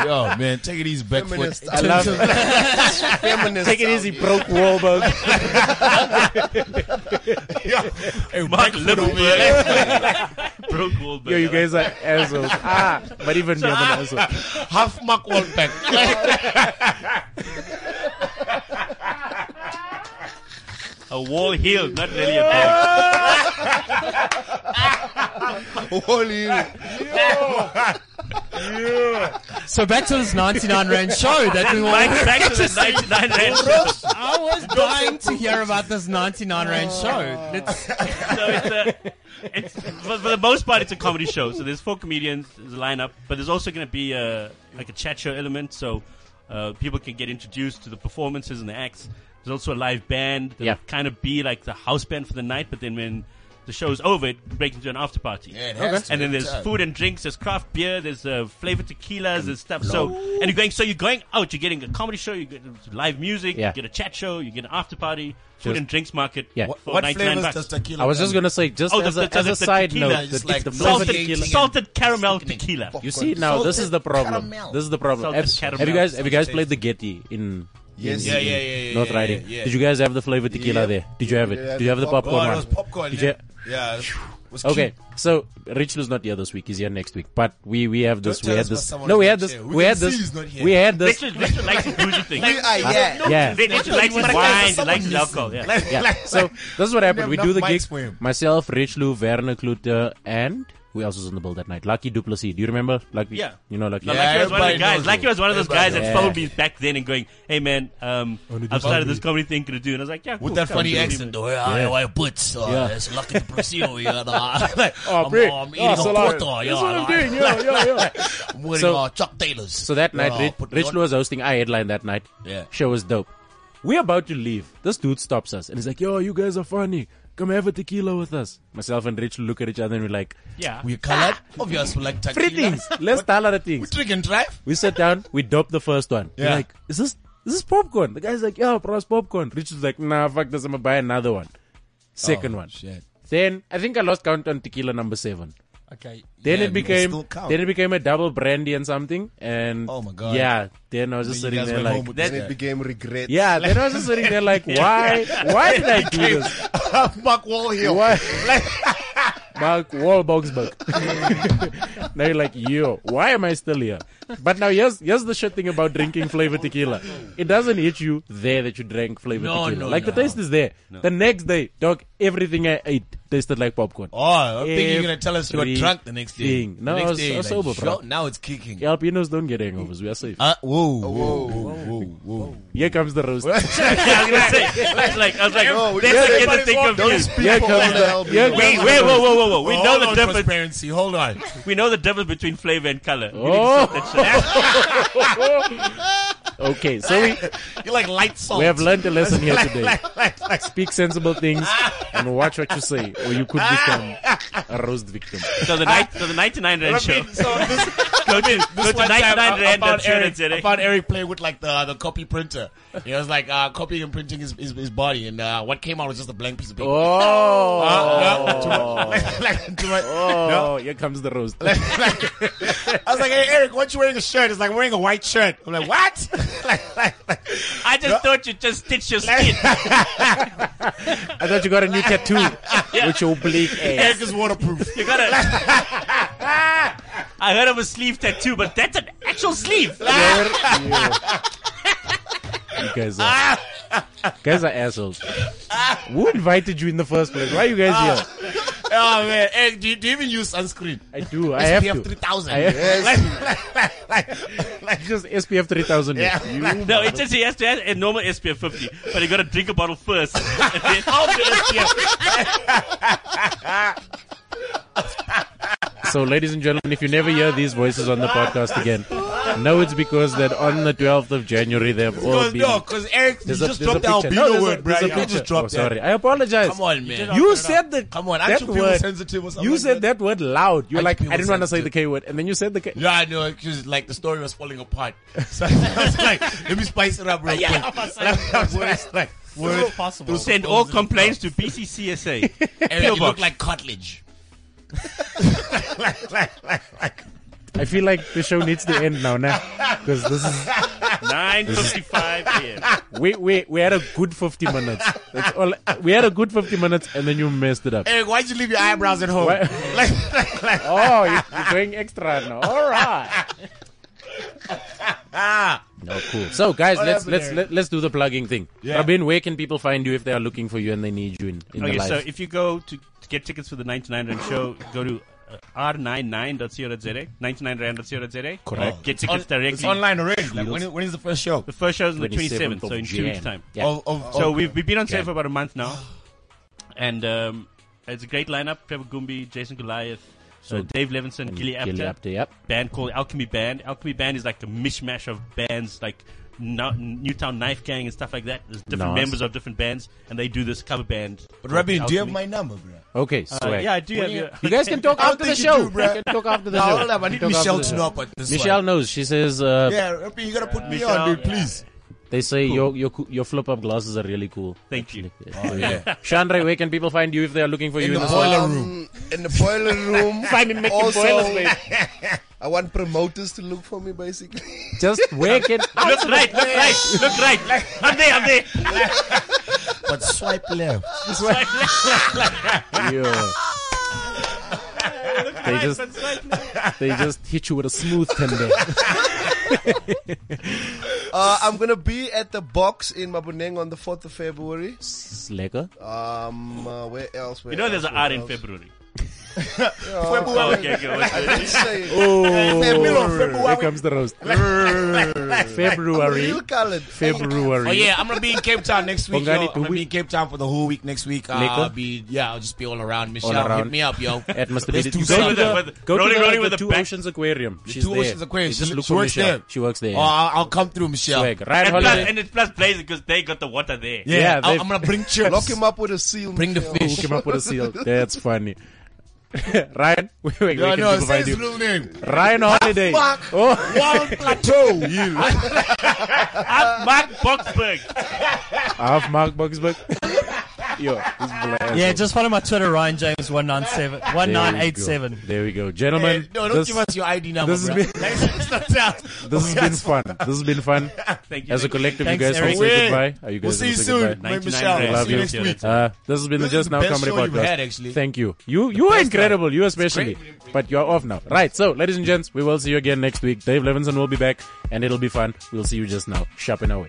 Speaker 5: yo, man, take it easy, back foot.
Speaker 7: Feminist. I love it. Feminist.
Speaker 2: Take it easy, broke Wahlberg.
Speaker 5: Hey,
Speaker 4: Mark
Speaker 5: back foot over here.
Speaker 4: Little Brooke Wahlberg.
Speaker 2: Yo, you guys are assholes. Ah, but even me, I'm an asshole.
Speaker 5: half mark one back.
Speaker 4: a wall heel, not really a bag.
Speaker 7: Holy.
Speaker 3: So back to this 99 rand show that we
Speaker 4: Back,
Speaker 3: were.
Speaker 4: back to the 99 rand. show.
Speaker 3: I was dying to hear about this 99 rand show. Let's,
Speaker 4: So it's a, it's, for, for the most part, it's a comedy show. So there's four comedians, there's a lineup, but there's also going to be a like a chat show element. So uh, people can get introduced to the performances and the acts. There's also a live band. That'll
Speaker 2: Yeah.
Speaker 4: kind of be like the house band for the night, but then when the show's over, it breaks into an after party.
Speaker 5: Yeah, it has Okay. to
Speaker 4: And then
Speaker 5: every
Speaker 4: there's
Speaker 5: time.
Speaker 4: food and drinks. There's craft beer. There's uh, flavored tequilas and stuff. So and you're going. So you're going out. You're getting a comedy show. You get live music.
Speaker 2: Yeah.
Speaker 4: You get a chat show. You get an after party. Food
Speaker 2: Just-
Speaker 4: and drinks market.
Speaker 2: Yeah.
Speaker 5: What,
Speaker 4: for
Speaker 5: what
Speaker 4: 99
Speaker 5: flavors
Speaker 4: bucks.
Speaker 5: does tequila?
Speaker 2: I was just
Speaker 5: come
Speaker 2: gonna say, just
Speaker 4: Oh,
Speaker 2: as
Speaker 4: the-
Speaker 2: a,
Speaker 4: the-
Speaker 2: as
Speaker 4: the-
Speaker 2: a
Speaker 4: the
Speaker 2: side
Speaker 4: tequila
Speaker 2: note,
Speaker 4: is
Speaker 2: the,
Speaker 5: like
Speaker 2: the flavored
Speaker 5: salted
Speaker 4: salted,
Speaker 5: Salted
Speaker 2: tequila.
Speaker 4: salted caramel tequila.
Speaker 2: You see now, this is the problem. This is the problem.
Speaker 4: Salted
Speaker 2: Abs-
Speaker 4: caramel.
Speaker 2: Have you guys have you guys played the Getty in?
Speaker 7: Yes.
Speaker 2: in-
Speaker 5: Yeah,
Speaker 2: in
Speaker 5: yeah, yeah, yeah,
Speaker 2: North
Speaker 5: yeah,
Speaker 2: Riding.
Speaker 5: yeah.
Speaker 2: Did you guys have the flavored tequila
Speaker 7: Yeah.
Speaker 2: there? Did you have it?
Speaker 7: Yeah,
Speaker 2: Did you have the popcorn
Speaker 5: Oh,
Speaker 2: one?
Speaker 5: it was popcorn.
Speaker 2: Did
Speaker 5: yeah.
Speaker 2: you-
Speaker 5: yeah. it was
Speaker 2: Okay,
Speaker 5: cute.
Speaker 2: so Richard's not here this week. He's here next week. But we we have this.
Speaker 5: Don't
Speaker 2: we
Speaker 5: tell
Speaker 2: had
Speaker 5: us what
Speaker 2: this.
Speaker 5: someone
Speaker 2: No, we
Speaker 5: is
Speaker 2: had
Speaker 5: not
Speaker 2: this.
Speaker 5: here. We
Speaker 2: We
Speaker 5: can
Speaker 2: had
Speaker 5: see
Speaker 2: this.
Speaker 5: he's not here.
Speaker 2: We had this.
Speaker 4: Richard, Richard likes his bougie thing.
Speaker 7: We are,
Speaker 5: Oh,
Speaker 7: yeah.
Speaker 2: Yeah.
Speaker 4: Richard likes his wine. He likes his alcohol. Yeah.
Speaker 2: Yeah. So this is what happened. We
Speaker 5: enough
Speaker 2: do the
Speaker 5: mics
Speaker 2: gigs.
Speaker 5: for him.
Speaker 2: Myself, Rich Lou, Werner Klute, and who else was on the bill that night? Lucky Duplessis. Do you remember? Lucky.
Speaker 4: Yeah.
Speaker 2: You know, Lucky.
Speaker 4: Now, like he was one of
Speaker 5: everybody
Speaker 4: the guys.
Speaker 5: knows
Speaker 4: Like he was one of those guys
Speaker 5: Everybody
Speaker 4: that
Speaker 2: knows.
Speaker 4: followed me back then and going, "Hey man, um, I've started this comedy thing. Can I do?" And I was like, "Yeah, cool,
Speaker 5: With that
Speaker 4: come
Speaker 5: funny
Speaker 4: do it."
Speaker 5: accent, though.
Speaker 2: Yeah.
Speaker 5: I wear boots. uh,
Speaker 2: Yeah.
Speaker 5: It's lucky to Brazil. yeah, nah.
Speaker 2: Oh,
Speaker 5: I'm,
Speaker 2: Brit.
Speaker 5: I'm
Speaker 2: Oh,
Speaker 5: eating a
Speaker 2: Solari.
Speaker 5: quarter.
Speaker 2: That's what I'm
Speaker 5: yeah,
Speaker 2: doing. Yeah, yeah, yeah.
Speaker 5: nah. I'm wearing
Speaker 2: So-
Speaker 5: uh, Chuck Taylors.
Speaker 2: So that night,
Speaker 5: Yeah, Oh,
Speaker 2: Rich,
Speaker 5: put me
Speaker 2: Rich
Speaker 5: on.
Speaker 2: Lou was hosting. I headlined that night.
Speaker 5: Yeah.
Speaker 2: Show was dope. We're about to leave. This dude stops us and he's like, yo, you guys are funny. Come have a tequila with us. Myself and Rich Lou look at each other and we're like,
Speaker 4: Yeah.
Speaker 5: We're colored. Obviously, like tequila.
Speaker 2: three things. Let's tell other things.
Speaker 5: We drink and drive.
Speaker 2: We sat down, we doped the first one. We're
Speaker 5: Yeah.
Speaker 2: like, is this is this popcorn? The guy's like, yeah, bro, it's popcorn. Richard's like, nah, fuck this, I'm gonna buy another one. Second
Speaker 5: Oh,
Speaker 2: one.
Speaker 5: shit.
Speaker 2: Then I think I lost count on tequila number seven.
Speaker 5: Okay.
Speaker 2: Then
Speaker 5: Yeah,
Speaker 2: it
Speaker 5: we can
Speaker 2: became
Speaker 5: still count.
Speaker 2: then it became a double brandy and something. And
Speaker 5: Oh my God.
Speaker 2: Yeah. Then I was just
Speaker 5: You
Speaker 2: sitting
Speaker 5: guys
Speaker 2: there
Speaker 5: went
Speaker 2: like
Speaker 5: home with
Speaker 7: Then
Speaker 5: this
Speaker 7: it
Speaker 5: guy.
Speaker 7: became regret.
Speaker 2: Yeah, then I was just sitting there like, why why did I do this?
Speaker 5: Mark Wallhill.
Speaker 2: Why Mark Wahlbergsberg. now you're like, yo, why am I still here? But now here's here's the shit thing about drinking flavored tequila. It doesn't hit you there that you drank flavored
Speaker 3: No,
Speaker 2: tequila.
Speaker 3: no,
Speaker 2: like the
Speaker 3: no.
Speaker 2: taste is there. The next day, dog, everything I ate tasted like popcorn.
Speaker 5: Oh, I'm thinking you're gonna tell us you got drunk the next day.
Speaker 2: Everything. No,
Speaker 5: the next
Speaker 2: I was- I
Speaker 5: you're
Speaker 2: was
Speaker 5: like,
Speaker 2: sober, bro. Oh,
Speaker 5: "Sure, Now it's kicking.
Speaker 2: Alpinos don't get hangovers. We are safe.
Speaker 5: Uh, whoa, whoa, whoa, whoa, whoa.
Speaker 2: Here comes the roast.
Speaker 4: I was gonna say, like, like, I was like, that's the end thing of you.
Speaker 2: Here comes the. Here comes
Speaker 4: Wait, wait, whoa, whoa, whoa, whoa. We know
Speaker 5: Hold
Speaker 4: the
Speaker 5: on,
Speaker 4: difference.
Speaker 5: Transparency. Hold on.
Speaker 4: We know the difference between flavor and color. You
Speaker 2: Oh.
Speaker 4: didn't sort that shit out.
Speaker 2: Okay, so we,
Speaker 5: You're like light salt.
Speaker 2: we have learned a lesson here today.
Speaker 5: Like, like, like,
Speaker 2: Speak sensible things and watch what you say, or you could become a roast victim.
Speaker 4: So the night, so the 99 rand show.
Speaker 5: so this,
Speaker 4: Go to, go
Speaker 5: this
Speaker 4: to
Speaker 5: one time
Speaker 4: 99
Speaker 5: I, I
Speaker 4: rand
Speaker 5: found Eric,
Speaker 4: insurance.
Speaker 5: I
Speaker 4: Eric.
Speaker 5: found Eric playing with like the the copy printer. He was like uh, copying and printing his, his, his body, and uh, what came out was just a blank piece of paper.
Speaker 2: Oh,
Speaker 5: Uh, no, too much. Like, too much.
Speaker 2: oh here comes the roast.
Speaker 5: I was like, "Hey, Eric, what you wearing a shirt?" It's like I'm wearing a white shirt. I'm like, "What?" like, like, like,
Speaker 4: I just thought you just stitched your
Speaker 2: I
Speaker 4: skin.
Speaker 2: thought you got a new tattoo with your oblique ass.
Speaker 5: Eric is waterproof.
Speaker 4: You gotta. I heard of a sleeve tattoo, but that's an actual sleeve.
Speaker 2: You guys are,
Speaker 5: ah.
Speaker 2: guys are assholes. Who invited you in the first place? Why are you guys here?
Speaker 5: oh man, Eric, do you, do you even use sunscreen?
Speaker 2: I do. I have
Speaker 5: SPF
Speaker 2: to.
Speaker 5: 3000.
Speaker 2: I have-
Speaker 5: Like, like, like, like,
Speaker 2: Just SPF 3000.
Speaker 5: Yeah.
Speaker 2: You
Speaker 4: No, it just he has to have a normal SPF 50, but you gotta drink a bottle first. And then
Speaker 2: So, ladies and gentlemen, if you never hear these voices on the podcast again, no, it's because that on the 12th of January, they have all
Speaker 5: Because
Speaker 2: been.
Speaker 5: no, because Eric you just dropped the albino
Speaker 2: there's a-
Speaker 5: word, bro.
Speaker 2: there's a
Speaker 5: You
Speaker 2: picture.
Speaker 5: just dropped
Speaker 2: Oh,
Speaker 5: that.
Speaker 2: sorry. I apologize.
Speaker 5: Come on, man.
Speaker 2: You said that.
Speaker 5: Come on, aren't
Speaker 2: that
Speaker 5: you people
Speaker 2: word.
Speaker 5: sensitive or something?
Speaker 2: You
Speaker 5: like
Speaker 2: said that word loud. You're
Speaker 5: Aren't
Speaker 2: like,
Speaker 5: you
Speaker 2: I didn't want to say
Speaker 5: sensitive?
Speaker 2: the K word. And then you said the K.
Speaker 5: Yeah, I know, because like the story was falling apart. So I was like, let me spice it up real quick.
Speaker 4: Yeah, I'm sorry.
Speaker 5: I was like, like, word possible.
Speaker 4: Send all complaints to BCCSA.
Speaker 5: Eric, you look
Speaker 4: box.
Speaker 5: like cartilage.
Speaker 2: I feel like the show needs to end now, nah. Because this is.
Speaker 4: 9:55 a.m.
Speaker 2: We, we, we had a good 50 minutes. That's all. We had a good 50 minutes, and then you messed it up.
Speaker 5: Eric, why'd you leave your eyebrows at home?
Speaker 2: Why-
Speaker 5: Like, like, like,
Speaker 2: Oh, you- you're going extra now. All right. No, cool. So, guys, let's let's let, let's do the plugging thing. Rabin, where can people find you if they are looking for you and they need you in, in
Speaker 4: Okay,
Speaker 2: the life?
Speaker 4: so if you go to, to get tickets for the 99 Rand show, go to uh, r99.co.za, 99rand.co.za.
Speaker 2: Correct.
Speaker 4: Get tickets directly.
Speaker 5: it's online already. Like, when, is- when is the first show?
Speaker 4: The first show is on the
Speaker 2: 27th
Speaker 4: 27th, so
Speaker 2: of
Speaker 4: in two
Speaker 2: Jan.
Speaker 4: weeks' time.
Speaker 2: Yeah.
Speaker 5: Of- of-
Speaker 4: So
Speaker 5: of-
Speaker 4: we've, we've been on sale for about a month now, and um, it's a great lineup: Trevor Goombi, Jason Goliath, so Dave Levinson, Gilly
Speaker 2: Gilly
Speaker 4: Apter,
Speaker 2: Apter, yep.
Speaker 4: band called Alchemy Band. Alchemy Band is like a mishmash of bands, like no, Newtown Knife Gang and stuff like that. There's different
Speaker 2: Nice.
Speaker 4: members of different bands, and they do this cover band.
Speaker 5: But Rabin, do you have
Speaker 4: Alchemy.
Speaker 5: my number, bro?
Speaker 2: Okay, so
Speaker 4: Uh, yeah, I do have your.
Speaker 2: You guys can talk after the
Speaker 5: think you
Speaker 2: show.
Speaker 5: do, bruh.
Speaker 2: You can talk after the
Speaker 5: No,
Speaker 2: show.
Speaker 5: Oh, hold up. I
Speaker 2: You
Speaker 5: need
Speaker 2: can talk after
Speaker 5: Michelle
Speaker 2: the
Speaker 5: to
Speaker 2: show.
Speaker 5: know about this
Speaker 2: Michelle
Speaker 5: one.
Speaker 2: knows. She says uh,
Speaker 5: Yeah, Rabin, you gotta put me
Speaker 4: Michelle,
Speaker 5: on, dude, please.
Speaker 2: they say your your coo- your flip up glasses are really cool.
Speaker 4: Thank you.
Speaker 2: yeah. Chandra, where can people find you if they are looking for you in the
Speaker 5: boiler
Speaker 6: Um, In the boiler room.
Speaker 2: Find me making
Speaker 6: Also-
Speaker 2: boilers, mate.
Speaker 6: I want promoters to look for me, basically.
Speaker 2: Just where can
Speaker 4: Look right, look right, look right. I'm there, I'm there.
Speaker 5: But swipe left.
Speaker 2: Yeah. they just they just hit you with a smooth tender.
Speaker 6: Uh, I'm gonna be at the box in Mabuneng on the 4th of February.
Speaker 2: Slacker.
Speaker 6: Um, uh, where else? Where
Speaker 4: You know, there's
Speaker 6: else,
Speaker 4: an
Speaker 6: where
Speaker 4: R in
Speaker 6: else?
Speaker 4: February.
Speaker 5: February.
Speaker 4: okay, okay.
Speaker 6: Let's say it.
Speaker 2: Oh, here
Speaker 5: February.
Speaker 2: comes the roast. February,
Speaker 6: Real colored.
Speaker 2: February.
Speaker 5: Oh yeah, I'm gonna be in Cape Town next week. yo.
Speaker 2: Bongani,
Speaker 5: I'm gonna
Speaker 2: Tubi.
Speaker 5: be in Cape Town for the whole week next week. Uh,
Speaker 2: Nico?
Speaker 5: I'll be yeah, I'll just be all around. Michelle,
Speaker 2: around.
Speaker 5: hit me up, yo.
Speaker 2: At Mr.
Speaker 5: Let's
Speaker 2: Biddy.
Speaker 5: do
Speaker 2: You go to
Speaker 5: something.
Speaker 2: the,
Speaker 4: With the-
Speaker 2: go to
Speaker 4: rolling,
Speaker 2: the,
Speaker 4: rolling
Speaker 2: the
Speaker 4: with the
Speaker 2: Two
Speaker 4: back.
Speaker 2: Oceans Aquarium. She's
Speaker 5: Two
Speaker 2: there.
Speaker 5: Oceans Aquarium.
Speaker 2: You
Speaker 5: She
Speaker 2: just
Speaker 5: li-
Speaker 2: look
Speaker 5: she
Speaker 2: for
Speaker 5: works
Speaker 2: Michelle.
Speaker 5: there.
Speaker 2: She works there.
Speaker 5: Oh, I'll, I'll come through, Michelle.
Speaker 2: Swag. Ryan
Speaker 4: And, plus,
Speaker 2: Holiday.
Speaker 4: and it's plus plays because they got the water there.
Speaker 5: Yeah, Oh,
Speaker 2: Yeah,
Speaker 5: I'll,
Speaker 2: they've-
Speaker 5: I'm gonna bring chips.
Speaker 6: Lock him up with a seal.
Speaker 5: Bring the
Speaker 6: Michelle.
Speaker 5: fish.
Speaker 2: Hook him up with a seal. That's funny. Ryan, wait, wait,
Speaker 5: No,
Speaker 2: where can
Speaker 5: no,
Speaker 2: people
Speaker 5: say
Speaker 2: find
Speaker 5: his
Speaker 2: you?
Speaker 5: real name.
Speaker 2: Ryan Holiday.
Speaker 5: Fuck.
Speaker 2: Oh,
Speaker 5: Wild Plateau. You.
Speaker 4: I'm Mark Boxberg.
Speaker 2: half Mark Boxberg. Yo, this black
Speaker 3: Yeah,
Speaker 2: asshole.
Speaker 3: just follow my Twitter, Ryan James one nine seven one
Speaker 2: There we
Speaker 3: nine
Speaker 2: go.
Speaker 3: eight seven.
Speaker 2: There we go,
Speaker 5: Hey,
Speaker 2: gentlemen.
Speaker 5: no, don't
Speaker 2: this,
Speaker 5: give us your ID number.
Speaker 2: this has
Speaker 5: bruh.
Speaker 2: been-
Speaker 5: Let's not tell.
Speaker 2: this has been fun. This has been fun.
Speaker 4: Thank you.
Speaker 2: As a collective,
Speaker 3: Thanks,
Speaker 2: you guys
Speaker 3: Eric.
Speaker 2: can say goodbye. Are you guys
Speaker 5: We'll see you
Speaker 2: gonna say
Speaker 5: soon,
Speaker 2: goodbye?
Speaker 4: 99
Speaker 5: Mate, Michelle.
Speaker 4: grand.
Speaker 2: Love
Speaker 5: See you
Speaker 2: you.
Speaker 5: next week.
Speaker 2: Uh, this has been
Speaker 5: This
Speaker 2: the
Speaker 5: is
Speaker 2: Just
Speaker 5: the
Speaker 2: Now
Speaker 5: best
Speaker 2: Comedy
Speaker 5: show you've
Speaker 2: Podcast.
Speaker 5: had, actually.
Speaker 2: Thank you. You you are incredible. You especially.
Speaker 5: great.
Speaker 2: But you are off now. Right. So, ladies and gents, we will see you again next week. Dave Levinson will be back, and it'll be fun. We'll see you just now. Shopping away.